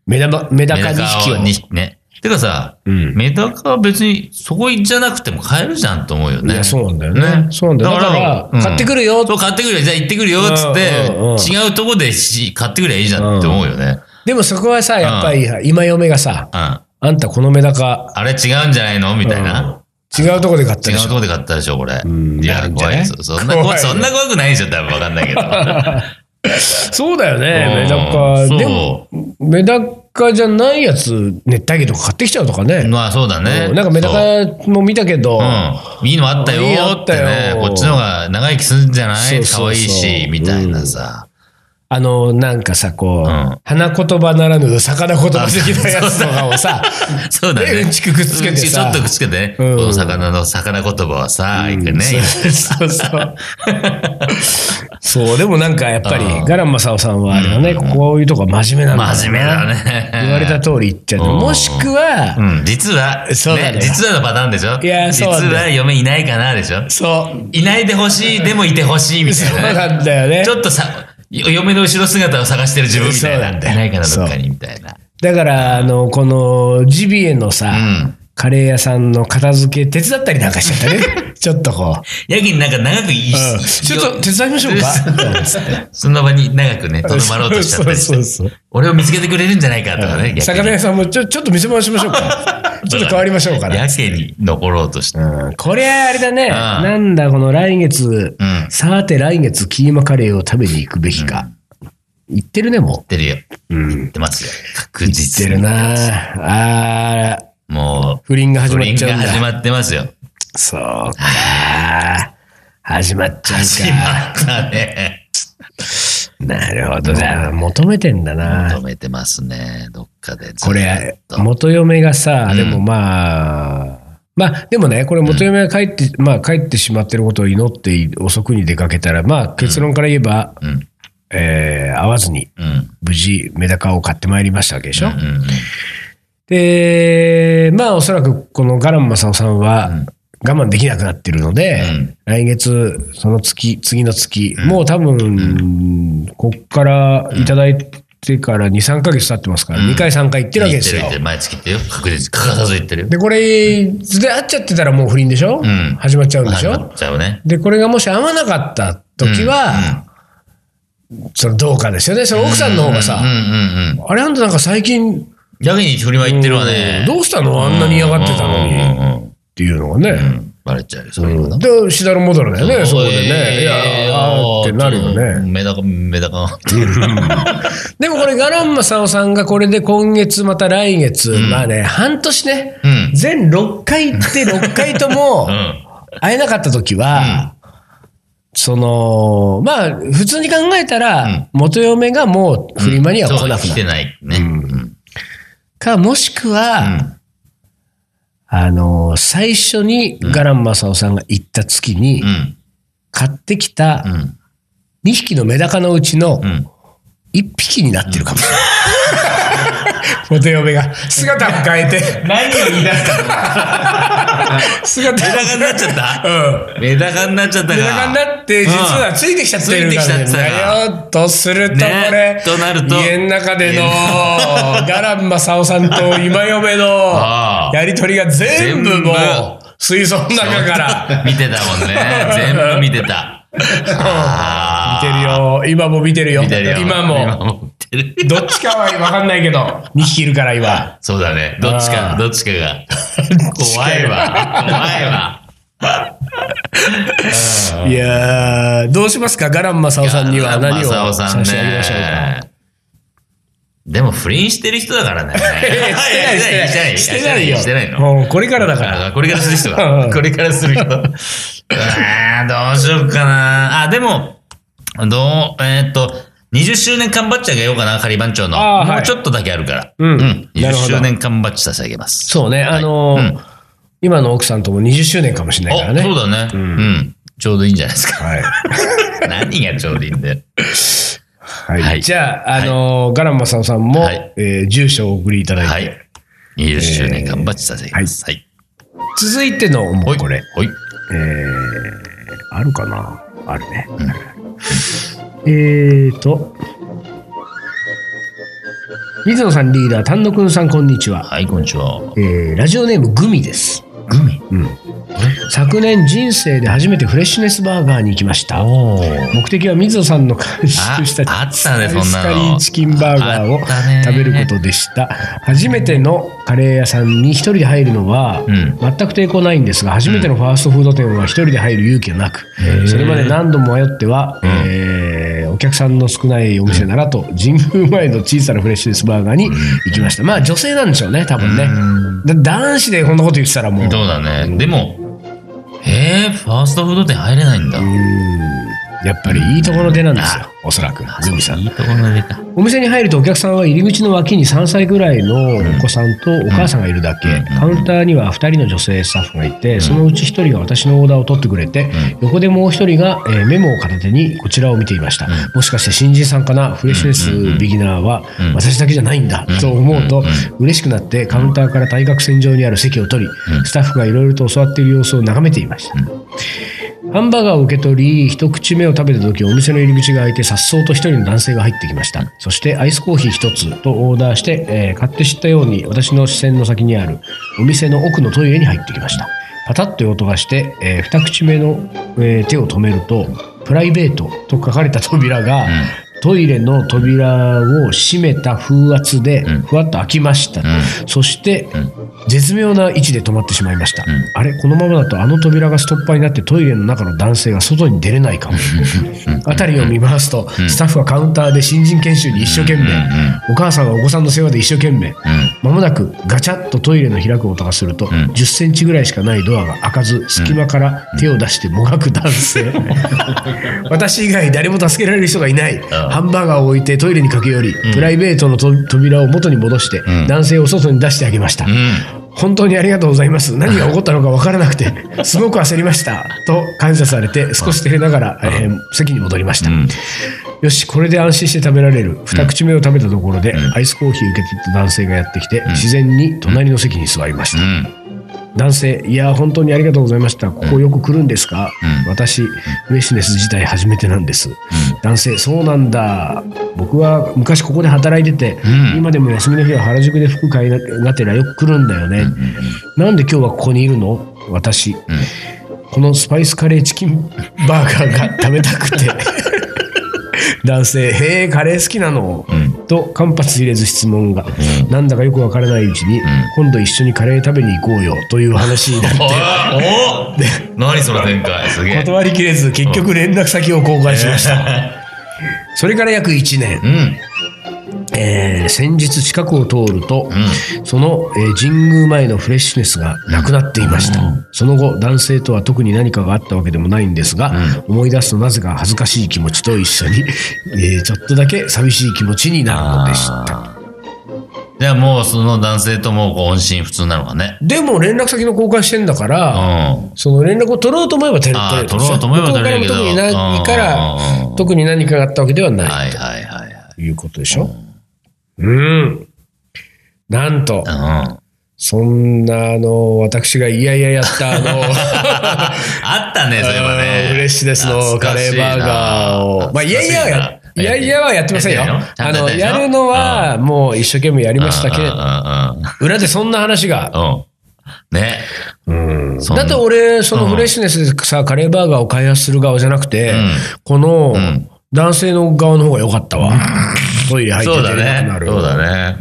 [SPEAKER 1] メダマメダカ2匹を。
[SPEAKER 2] メダカを。ね。てかさ、
[SPEAKER 1] うん
[SPEAKER 2] メダカは別にそこじゃなくても買えるじゃんと思うよ
[SPEAKER 1] い
[SPEAKER 2] ね。
[SPEAKER 1] や、そうなんだよね。そうなんだよ。だから、買ってくるよ
[SPEAKER 2] そう、買ってくるよ。じゃあ行ってくるよ、つって、
[SPEAKER 1] うんうんうん
[SPEAKER 2] 違うとこでし買ってくりゃいいじゃんって思うよね。
[SPEAKER 1] でもそこはさ、やっぱり、今嫁がさ、
[SPEAKER 2] うん。あ
[SPEAKER 1] あんたこのメダカ、
[SPEAKER 2] れ違うんじゃないのみたいな。
[SPEAKER 1] 違うとこで買った
[SPEAKER 2] 違
[SPEAKER 1] で
[SPEAKER 2] う
[SPEAKER 1] し
[SPEAKER 2] と
[SPEAKER 1] ょ。
[SPEAKER 2] こで買ったでしょ、これ。
[SPEAKER 1] ん
[SPEAKER 2] い
[SPEAKER 1] な
[SPEAKER 2] や、
[SPEAKER 1] んじゃ
[SPEAKER 2] 怖
[SPEAKER 1] ないい
[SPEAKER 2] です。そんな怖
[SPEAKER 1] 怖い
[SPEAKER 2] い、そんな怖くないでしょ、多分わかんないけど。
[SPEAKER 1] *laughs* そうだよね、メ
[SPEAKER 2] うん
[SPEAKER 1] ダカ。でも、
[SPEAKER 2] そ
[SPEAKER 1] メダカじゃないやつ、熱帯魚とか買ってきちゃうとか
[SPEAKER 2] う。
[SPEAKER 1] ね。
[SPEAKER 2] まあ、そうだね。
[SPEAKER 1] なんかメダカも見たけど、
[SPEAKER 2] うん。いいのあったよ
[SPEAKER 1] いいのあ
[SPEAKER 2] ー
[SPEAKER 1] っ
[SPEAKER 2] ったて
[SPEAKER 1] よ
[SPEAKER 2] ね。こっちの方が長生きするんじゃな
[SPEAKER 1] そうそう
[SPEAKER 2] い
[SPEAKER 1] そう
[SPEAKER 2] 可愛いし、みたいなさ。
[SPEAKER 1] あの、なんかさ、こう、
[SPEAKER 2] ん
[SPEAKER 1] 花言葉ならぬ魚言葉的なやつとかを
[SPEAKER 2] *laughs*
[SPEAKER 1] さ、
[SPEAKER 2] そうだ
[SPEAKER 1] で
[SPEAKER 2] ね。
[SPEAKER 1] うんちくくっつけてさ
[SPEAKER 2] うんちちょっとくっつけてね。
[SPEAKER 1] うん
[SPEAKER 2] この魚の魚言葉はさ、いくね。
[SPEAKER 1] そうそう。そう、でもなんかやっぱり
[SPEAKER 2] う、ん
[SPEAKER 1] ガランマサオさんはあれだね、こういうとこは真面目なんだ、
[SPEAKER 2] 真面目だ。ね。
[SPEAKER 1] 言われた通り言っちゃう。
[SPEAKER 2] うん
[SPEAKER 1] もしくは、
[SPEAKER 2] うん、実は、
[SPEAKER 1] そうだね
[SPEAKER 2] 実はのパターンでしょ
[SPEAKER 1] いやそうなんだよ
[SPEAKER 2] 実は嫁いないかなでしょ
[SPEAKER 1] そう。
[SPEAKER 2] いないでほしい、でもいてほしいみた
[SPEAKER 1] そう
[SPEAKER 2] いなね。
[SPEAKER 1] なんだよね
[SPEAKER 2] ち。ょっとさ、嫁の後ろ姿を探してる自分みたい
[SPEAKER 1] そう
[SPEAKER 2] な。
[SPEAKER 1] ないんだよ
[SPEAKER 2] ないかな、どっかに、みたいな。
[SPEAKER 1] だから、あの、このジビエのさ、
[SPEAKER 2] うん
[SPEAKER 1] カレー屋さんの片付け手伝ったりなんかしちゃった
[SPEAKER 2] *laughs*
[SPEAKER 1] ね。ちょっとこう。
[SPEAKER 2] やけになんか長くいい
[SPEAKER 1] うんちょっと手伝いましょうか
[SPEAKER 2] その場に長くね、とどまろうとしちゃったりして
[SPEAKER 1] そうそうそうそう
[SPEAKER 2] 俺を見つけてくれるんじゃないかとかね、逆に
[SPEAKER 1] 魚屋さんもちょ、ちょっと見せ回しましょう
[SPEAKER 2] *laughs*
[SPEAKER 1] か。ちょっと変わりましょうか
[SPEAKER 2] や
[SPEAKER 1] ら。
[SPEAKER 2] けに残ろうとして。
[SPEAKER 1] うんこれはあれだね。
[SPEAKER 2] ん
[SPEAKER 1] なんだ、この来月、
[SPEAKER 2] うん
[SPEAKER 1] さて来月キーマカレーを食べに行くべきか。言ってるね、も
[SPEAKER 2] 言ってるよ。言ってますよ。
[SPEAKER 1] う。
[SPEAKER 2] 確
[SPEAKER 1] 言っ
[SPEAKER 2] 実
[SPEAKER 1] て
[SPEAKER 2] に
[SPEAKER 1] るなあー
[SPEAKER 2] もう、
[SPEAKER 1] 不倫が始
[SPEAKER 2] 不
[SPEAKER 1] まっ
[SPEAKER 2] 倫
[SPEAKER 1] ちゃう
[SPEAKER 2] が
[SPEAKER 1] んだ
[SPEAKER 2] 始。まってますよ。
[SPEAKER 1] そうか。始まっちゃう
[SPEAKER 2] 始
[SPEAKER 1] か。
[SPEAKER 2] まったね。
[SPEAKER 1] なるほど。じゃあ、求めてんだな
[SPEAKER 2] 止。めてますね。どっかでずっと。
[SPEAKER 1] これ、
[SPEAKER 2] と
[SPEAKER 1] 元嫁がさ、
[SPEAKER 2] うん
[SPEAKER 1] でもまあ、まあ、でもね、これ元嫁が帰って、まあ、帰ってしまってることを祈って遅くに出かけたら、まあ、結論から言えば、
[SPEAKER 2] うん。
[SPEAKER 1] えー会わずに、
[SPEAKER 2] うん。
[SPEAKER 1] 無事、メダカを買ってまいりましたわけでしょ。
[SPEAKER 2] うんうん。
[SPEAKER 1] で、まあ、おそらく、このガランマサオさんは、
[SPEAKER 2] うん
[SPEAKER 1] 我慢できなくなってるので、
[SPEAKER 2] うん
[SPEAKER 1] 来月、その月、次の月、もう多分、こっからいただいてから2、3ヶ月経ってますから、
[SPEAKER 2] うん
[SPEAKER 1] 2回3回行ってるわけですよ
[SPEAKER 2] 言っ。てる毎月行ってるよ。確実、欠かさず言ってるよ。
[SPEAKER 1] で、これ、ずれ合っちゃってたらもう不倫でしょ、
[SPEAKER 2] ん
[SPEAKER 1] 始まっちゃうんでし
[SPEAKER 2] 始
[SPEAKER 1] ょ、
[SPEAKER 2] まっちゃうね。
[SPEAKER 1] で、これがもし合わなかった時は、そのどうかですよね。その奥さんの方が
[SPEAKER 2] うんう
[SPEAKER 1] さ、
[SPEAKER 2] んうん。
[SPEAKER 1] あれあんたなんか最近、
[SPEAKER 2] やけに振りまいってるわね。
[SPEAKER 1] どうしたのあんなに嫌がってたのに。
[SPEAKER 2] うんうんうんうん
[SPEAKER 1] っていうのがね。
[SPEAKER 2] うんバレちゃうよ、そういうのな。
[SPEAKER 1] で、しだるもどるだよね、そこでね。いや、あーってなるよね。
[SPEAKER 2] メダカ、メダカ。
[SPEAKER 1] でもこれ、ガランマサオさんがこれで今月、また来月、まあね、半年ね、
[SPEAKER 2] うん
[SPEAKER 1] 全6回行って6回とも
[SPEAKER 2] うん
[SPEAKER 1] 会えなかった時は、その、まあ、普通に考えたら、元嫁がもうフリマには来なく
[SPEAKER 2] そう
[SPEAKER 1] な
[SPEAKER 2] 来
[SPEAKER 1] る
[SPEAKER 2] て。ないね。うん
[SPEAKER 1] か、もしくは、あのー、最初にガランマサオさんが行った月に
[SPEAKER 2] う、ん。
[SPEAKER 1] 買ってきた
[SPEAKER 2] うん。
[SPEAKER 1] 2匹のメダカのうちの
[SPEAKER 2] ん
[SPEAKER 1] 1匹になってるかもしれない。元嫁が姿を変えて、
[SPEAKER 2] 何を言い出したの
[SPEAKER 1] 姿
[SPEAKER 2] メ
[SPEAKER 1] を
[SPEAKER 2] ダカになっちゃ
[SPEAKER 1] *laughs*
[SPEAKER 2] った
[SPEAKER 1] うん。
[SPEAKER 2] メダカになっちゃったか。
[SPEAKER 1] メダカになって、実はついてきちゃってるからね
[SPEAKER 2] ついてきちゃっ
[SPEAKER 1] だ
[SPEAKER 2] た
[SPEAKER 1] よとすると、こ
[SPEAKER 2] ね
[SPEAKER 1] れ、
[SPEAKER 2] となると
[SPEAKER 1] 家の中での、ガランマサオさんと今嫁
[SPEAKER 2] あ
[SPEAKER 1] の
[SPEAKER 2] あ
[SPEAKER 1] やりとりが全部もう
[SPEAKER 2] 全部、
[SPEAKER 1] 水槽の中
[SPEAKER 2] *laughs*
[SPEAKER 1] から。
[SPEAKER 2] 見てたも
[SPEAKER 1] *laughs*
[SPEAKER 2] んね。全部見てた。
[SPEAKER 1] 見
[SPEAKER 2] あ
[SPEAKER 1] て
[SPEAKER 2] ー
[SPEAKER 1] るよ。今も見てるよ。
[SPEAKER 2] 見てるよ。
[SPEAKER 1] 今も。
[SPEAKER 2] 見てる。
[SPEAKER 1] どっちかは分かんないけど、2匹いるから今。
[SPEAKER 2] そうだね。どっち
[SPEAKER 1] あ
[SPEAKER 2] か、
[SPEAKER 1] ー
[SPEAKER 2] どっちか
[SPEAKER 1] *laughs*
[SPEAKER 2] が。怖いわ。怖いわ。
[SPEAKER 1] いやー、どうしますかガランマサオさんには何を
[SPEAKER 2] マサオさん
[SPEAKER 1] 差し上げましょうか。
[SPEAKER 2] ね。でも不倫 *laughs* してる人だからね。
[SPEAKER 1] *laughs* ええしてない、してない。
[SPEAKER 2] してない
[SPEAKER 1] よ。
[SPEAKER 2] してないの。
[SPEAKER 1] うんこれからだから。
[SPEAKER 2] あこれからする人
[SPEAKER 1] うん
[SPEAKER 2] が。これからする
[SPEAKER 1] *laughs*
[SPEAKER 2] 人。ああ、どうしようかな。あ、でも、どう、えーっと、20周年缶バッチあげようかな、仮番長の。
[SPEAKER 1] あーはい
[SPEAKER 2] もうちょっとだけあるから。
[SPEAKER 1] うんな
[SPEAKER 2] 20
[SPEAKER 1] るほど
[SPEAKER 2] 周年缶バッチ差し上げます。
[SPEAKER 1] そうね、あのー今の奥さんとも20周年かもしれないから
[SPEAKER 2] あ、
[SPEAKER 1] ね。
[SPEAKER 2] そうだね。うん。ちょうどいいんじゃないで
[SPEAKER 1] *laughs*
[SPEAKER 2] すか。
[SPEAKER 1] はい。
[SPEAKER 2] 何がちょうどいいんだよ。
[SPEAKER 1] はい。
[SPEAKER 2] はい
[SPEAKER 1] じゃあ、あのーガランマサオさんも、
[SPEAKER 2] はい
[SPEAKER 1] えー住所をお送りいただいて。
[SPEAKER 2] はい。20周年頑張ってさせてください。
[SPEAKER 1] 続いての、も
[SPEAKER 2] は
[SPEAKER 1] う
[SPEAKER 2] い。
[SPEAKER 1] これ。
[SPEAKER 2] はい。
[SPEAKER 1] えー、あるかなあるね。 *laughs* えーと。水野さんリーダー、丹野くんさん、こんにちは。
[SPEAKER 2] はい、こんにちは。
[SPEAKER 1] えーラジオネームグミです、
[SPEAKER 2] グミ。
[SPEAKER 1] 昨年人生で初めてフレッシュネスバーガーに行きました
[SPEAKER 2] おー。
[SPEAKER 1] 目的は水野さんの監修した
[SPEAKER 2] ああったねそんなの
[SPEAKER 1] スカリーチキンバーガーを
[SPEAKER 2] あったね
[SPEAKER 1] 食べることでした初めてのカレー屋さんに一人で入るのは
[SPEAKER 2] う
[SPEAKER 1] 全
[SPEAKER 2] ん
[SPEAKER 1] く抵抗ないんですが初めてのファーストフード店は一人で入る勇気がなくそれまで何度も迷っては、
[SPEAKER 2] ん
[SPEAKER 1] えーお客さんの少ないお店ならと神宮前の小さなフレッシュネスバーガーに行きましたまあ女性なんでしょうね多分ねだ男子でこんなこと言ってたらもう
[SPEAKER 2] そうだね。でも、えー、ファーストフード店入れないんだ。
[SPEAKER 1] やっぱりいいところ出なんですよおそらく
[SPEAKER 2] あ
[SPEAKER 1] グミさん
[SPEAKER 2] いいところ出た。
[SPEAKER 1] お店に入るとお客さんは入り口の脇に3歳ぐらいのお子さんとお母さんがいるだけ、カウンターには2人の女性スタッフがいて、そのうち1人が私のオーダーを取ってくれて、横でもう1人が、えーメモを片手にこちらを見ていました、もしかして新人さんかなフレッシュネスビギナーは私だけじゃないんだ、と思うと嬉しくなってカウンターから対角線上にある席を取り、スタッフがいろいろと教わっている様子を眺めていました、ハンバーガーを受け取り、一口目を食べた時、お店の入り口が開いて、颯爽と一人の男性が入ってきました。そして、アイスコーヒー一つとオーダーして、えー買って知ったように、私の視線の先にある、お店の奥のトイレに入ってきました。パタッという音がして、えー二口目の、えー手を止めると、プライベートと書かれた扉が、トイレの扉を閉めた風圧で、ふわっと開きました。そして、絶妙な位置で止まってしまいました、あれこのままだとあの扉がストッパーになってトイレの中の男性が外に出れないかも辺りを見回すと、スタッフはカウンターで新人研修に一生懸命、お母さんはお子さんの世話で一生懸命、まもなくガチャッとトイレの開く音がすると、1 0センチぐらいしかないドアが開かず隙間から手を出してもがく男性、 *laughs* 私以外誰も助けられる人がいない、ハンバーガーを置いてトイレに駆け寄り、プライベートのと扉を元に戻して、男性を外に出してあげました、本当にありがとうございます何が起こったのか分からなくてすごく焦りましたと感謝されて少し照れながら、えー席に戻りました、よしこれで安心して食べられる二口目を食べたところで、アイスコーヒー受け取った男性がやってきて、自然に隣の席に座りました、
[SPEAKER 2] うん。
[SPEAKER 1] 男性、いや、本当にありがとうございました。ここよく来るんですか、私、ウェシュネス自体初めてなんです。男性、そうなんだ。僕は昔ここで働いてて、
[SPEAKER 3] うん
[SPEAKER 1] 今でも休みの日は原宿で服買いがてらよく来るんだよね、なんで今日はここにいるの私、このスパイスカレーチキンバーガーが食べたく *laughs* て男性「へえカレー好きなのと間髪入れず質問が、なんだかよくわからないうちに、今度一緒にカレー食べに行こうよという話になって
[SPEAKER 2] おお何その展開すげえ。
[SPEAKER 1] *laughs* 断りきれず結局連絡先を公開しました、それから約1年、
[SPEAKER 2] うん。
[SPEAKER 1] えー先日近くを通ると、
[SPEAKER 2] う
[SPEAKER 1] その、えー神宮前のフレッシュネスがなくなっていました、その後男性とは特に何かがあったわけでもないんですが、思い出すとなぜか恥ずかしい気持ちと一緒に、 *laughs* えーちょっとだけ寂しい気持ちになるのでした
[SPEAKER 2] あーじゃあもうその男性ともこう音信不通なのかね。
[SPEAKER 1] でも連絡先の交換してんだから、
[SPEAKER 2] うん。
[SPEAKER 1] その連絡を取ろうと思えば取れ
[SPEAKER 2] ああ、
[SPEAKER 1] る
[SPEAKER 2] 取ろうと思えば取れるけど。
[SPEAKER 1] 向こうからも特にないか
[SPEAKER 2] うん
[SPEAKER 1] ら
[SPEAKER 2] うんうん
[SPEAKER 1] 特に何かがあったわけではない、
[SPEAKER 2] はいはいはいはい。
[SPEAKER 1] ということでしょうん。なんと、
[SPEAKER 2] うん。あ
[SPEAKER 1] そんな、あの、私がいやいややった、あの、
[SPEAKER 2] *laughs* ったね、そういえばね。
[SPEAKER 1] フレッシュネスのカレーバーガーを。まあ、いやいやはや、いやいやはやってませんよ。あの、やるのは、もう一生懸命やり
[SPEAKER 2] り
[SPEAKER 1] ましたけれど、裏でそんな話が。
[SPEAKER 2] ど。うん。ね。
[SPEAKER 1] うん
[SPEAKER 2] そん
[SPEAKER 1] だって俺、そのフレッシュネスでさ、カレーバーガーを開発する側じゃなくて
[SPEAKER 2] うん、
[SPEAKER 1] この
[SPEAKER 2] ん、
[SPEAKER 1] 男性の側の方が良かったわ。トイレ入って
[SPEAKER 2] そう
[SPEAKER 1] 出
[SPEAKER 2] だ
[SPEAKER 1] れなくな
[SPEAKER 2] ね。
[SPEAKER 1] る。
[SPEAKER 2] そうだね。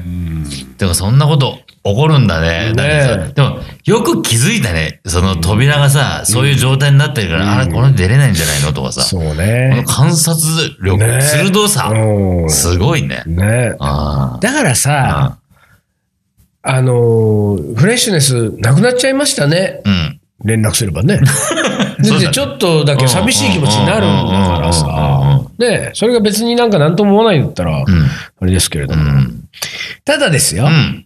[SPEAKER 2] でもそんなこと起こるんだね。
[SPEAKER 1] ね
[SPEAKER 2] でもよく気づいたね。その扉がさ、そういう状態になってるから、あれ、これ出れないんじゃないのとかさ。
[SPEAKER 1] そう
[SPEAKER 2] この
[SPEAKER 1] ね。
[SPEAKER 2] 観察力、
[SPEAKER 1] ね
[SPEAKER 2] 鋭さ、
[SPEAKER 1] うん
[SPEAKER 2] すごいね。
[SPEAKER 1] ね
[SPEAKER 2] あ
[SPEAKER 1] だからさ、
[SPEAKER 2] あ。
[SPEAKER 1] あのーフレッシュネスなくなっちゃいましたね。
[SPEAKER 2] うん。
[SPEAKER 1] 連絡すれば *laughs* ね。
[SPEAKER 2] そ
[SPEAKER 1] だっ
[SPEAKER 2] うだ
[SPEAKER 1] て
[SPEAKER 2] ね
[SPEAKER 1] ちょっとだけ寂しい気持ちになるんだからさ。ねそれが別になんか何とも思わないんだったら、
[SPEAKER 2] うん。
[SPEAKER 1] あれですけれど
[SPEAKER 2] う
[SPEAKER 1] も。
[SPEAKER 2] ん。
[SPEAKER 1] ただですよ、
[SPEAKER 2] うん。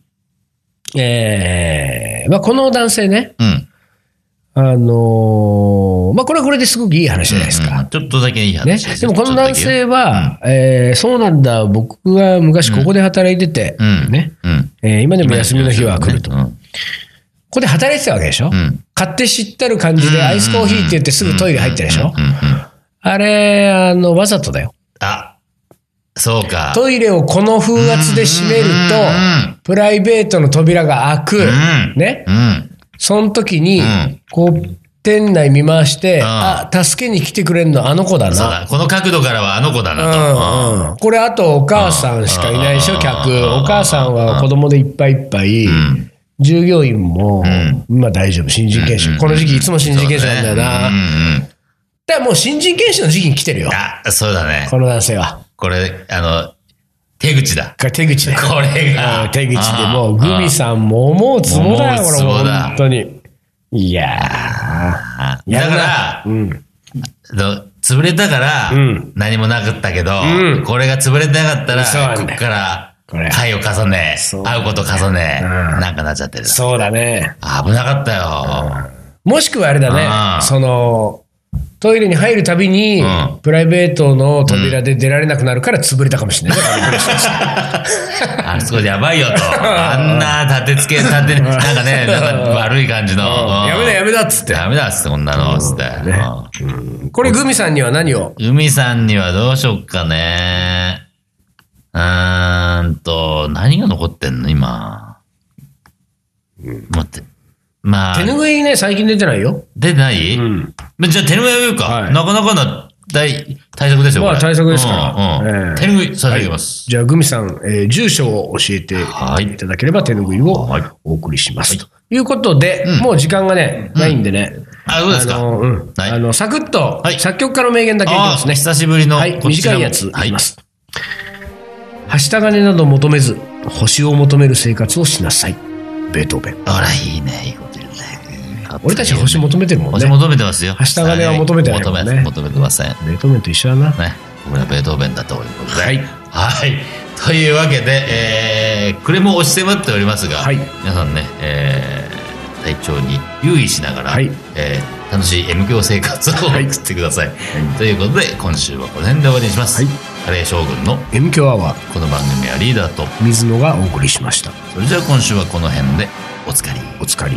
[SPEAKER 1] えーまあ、この男性ね、
[SPEAKER 2] うん。
[SPEAKER 1] あのーまあ、これはこれですごくいい話じゃないですか。
[SPEAKER 2] うんちょっとだけいい話
[SPEAKER 1] ね
[SPEAKER 2] す、
[SPEAKER 1] でもこの男性
[SPEAKER 2] ちょっ
[SPEAKER 1] は、えーそうなんだ、僕が昔ここで働いてて、
[SPEAKER 2] うん
[SPEAKER 1] ね
[SPEAKER 2] とだけうん。
[SPEAKER 1] えー今でも休みの日は来ると。
[SPEAKER 2] う
[SPEAKER 1] こ
[SPEAKER 2] ん。
[SPEAKER 1] こで働いてたわけでしょ、
[SPEAKER 2] うん
[SPEAKER 1] 買って知ったる感じでアイスコーヒーって言ってすぐトイレ入ったでしょ
[SPEAKER 2] うんうん
[SPEAKER 1] あれ、あの、わざとだよ。
[SPEAKER 2] あ、そうか。
[SPEAKER 1] トイレをこの風圧で閉める
[SPEAKER 2] うん
[SPEAKER 1] と、プライベートの扉が開く。
[SPEAKER 2] ん
[SPEAKER 1] ね。
[SPEAKER 2] うん。
[SPEAKER 1] その時に
[SPEAKER 2] ん、
[SPEAKER 1] こう、店内見回して、
[SPEAKER 2] ん
[SPEAKER 1] あ、助けに来てくれんのあの子だ
[SPEAKER 2] そう
[SPEAKER 1] な。
[SPEAKER 2] だ。この角度からはあの子だな
[SPEAKER 1] う
[SPEAKER 2] と。
[SPEAKER 1] んうん、これあとお母さんしかいないでし
[SPEAKER 2] う
[SPEAKER 1] ょ、
[SPEAKER 2] ん
[SPEAKER 1] 客
[SPEAKER 2] う。
[SPEAKER 1] お
[SPEAKER 2] ん
[SPEAKER 1] 母さんは子供でいっぱいいっぱい。
[SPEAKER 2] ん
[SPEAKER 1] 従業員も、まあ大丈夫、新人研
[SPEAKER 2] うん
[SPEAKER 1] 修。
[SPEAKER 2] うん
[SPEAKER 1] この時期いつも新人研修なんだよな。
[SPEAKER 2] うんうん。
[SPEAKER 1] だからもう新人研修の時期に来てるよ、
[SPEAKER 2] あ、そうだね。
[SPEAKER 1] この男性は。
[SPEAKER 2] これ、あの、手口だ。
[SPEAKER 1] これ手
[SPEAKER 2] *laughs*
[SPEAKER 1] 口で。
[SPEAKER 2] これが。
[SPEAKER 1] 手口でもうグミさんも思うつぼだよ、こ
[SPEAKER 2] 思う
[SPEAKER 1] れ
[SPEAKER 2] ツボだ
[SPEAKER 1] 本当に。いや
[SPEAKER 2] あ
[SPEAKER 1] や
[SPEAKER 2] だ
[SPEAKER 1] る
[SPEAKER 2] か
[SPEAKER 1] な
[SPEAKER 2] ら
[SPEAKER 1] ー。、うん。
[SPEAKER 2] の潰れたから
[SPEAKER 1] うん、
[SPEAKER 2] 何もなかったけど、
[SPEAKER 1] うん
[SPEAKER 2] これが潰れてなかったら、
[SPEAKER 1] そうなんだよ
[SPEAKER 2] こっから
[SPEAKER 1] これ、
[SPEAKER 2] 回を重ね、
[SPEAKER 1] そう
[SPEAKER 2] 会うこと重ね、
[SPEAKER 1] うん
[SPEAKER 2] なんかなっちゃってる。
[SPEAKER 1] そうだね。
[SPEAKER 2] 危なかったよ。
[SPEAKER 1] もしくはあれだ
[SPEAKER 2] う
[SPEAKER 1] ね、
[SPEAKER 2] ん
[SPEAKER 1] その、トイレに入るたびに
[SPEAKER 2] うん、
[SPEAKER 1] プライベートの扉で出られなくなるから潰れたかもしれないね。
[SPEAKER 2] あそこやばいよと。あんな立て付け、立て、なんかね、なんか悪い感じの。うん
[SPEAKER 1] *laughs* やめだやめだっつって。
[SPEAKER 2] ダメだっす、こんなの、つって。うん
[SPEAKER 1] これグミさんには何を
[SPEAKER 2] 海さんにはどうしよっかね。うーんと、何が残ってんの、今。待って。まあ
[SPEAKER 1] 手、拭いね、最近出てないよ。
[SPEAKER 2] 出てない、
[SPEAKER 1] ん
[SPEAKER 2] じゃあ手拭いを言うか。
[SPEAKER 1] はい
[SPEAKER 2] なかなかな大対策ですよ、
[SPEAKER 1] まあ
[SPEAKER 2] これ
[SPEAKER 1] 対策ですから
[SPEAKER 2] うんう
[SPEAKER 1] ええ
[SPEAKER 2] ん手拭い、させていきます。
[SPEAKER 1] じゃあ、グミさん、えー住所を教えて
[SPEAKER 2] はい
[SPEAKER 1] いただければ手拭いを
[SPEAKER 2] はい
[SPEAKER 1] お送りします。ということで、もう時間がね、ないんでね。
[SPEAKER 2] あ、どうですか
[SPEAKER 1] あの、うん。
[SPEAKER 2] はい
[SPEAKER 1] あの、サクッと
[SPEAKER 2] は、い
[SPEAKER 1] 作曲家の名言だけいき
[SPEAKER 2] あ
[SPEAKER 1] ま
[SPEAKER 2] あ
[SPEAKER 1] すね。
[SPEAKER 2] 久しぶりの、
[SPEAKER 1] はい、
[SPEAKER 2] こち
[SPEAKER 1] 短
[SPEAKER 2] らも
[SPEAKER 1] いやつい
[SPEAKER 2] は
[SPEAKER 1] き
[SPEAKER 2] い
[SPEAKER 1] ま。す。はした金など求めず、星を求める生活をしなさい。ベートーベン。
[SPEAKER 2] あら、いいね、いいこと言うね。
[SPEAKER 1] 俺たち星求めてるもん
[SPEAKER 2] 星
[SPEAKER 1] ね。
[SPEAKER 2] 求めてますよ。
[SPEAKER 1] はした金は求めてないもんね
[SPEAKER 2] 求め求めてません。ね。
[SPEAKER 1] ベートーベンと一緒だな。
[SPEAKER 2] 僕らベートーベンだということで。
[SPEAKER 1] はい
[SPEAKER 2] はい。というわけで、えー、暮れも押し迫っておりますが、
[SPEAKER 1] はい
[SPEAKER 2] 皆さんね、えー、体調に留意しながら、
[SPEAKER 1] はい
[SPEAKER 2] えー楽しい M 教生活を送ってください。ということで、今週はこの辺で終わりにします。
[SPEAKER 1] はい
[SPEAKER 2] カレー将軍の
[SPEAKER 1] M 強アワー、
[SPEAKER 2] この番組はリーダーと、
[SPEAKER 1] 水野がお送りしました。
[SPEAKER 2] それじゃあ今週はこの辺で、おつかり。
[SPEAKER 1] お疲れ。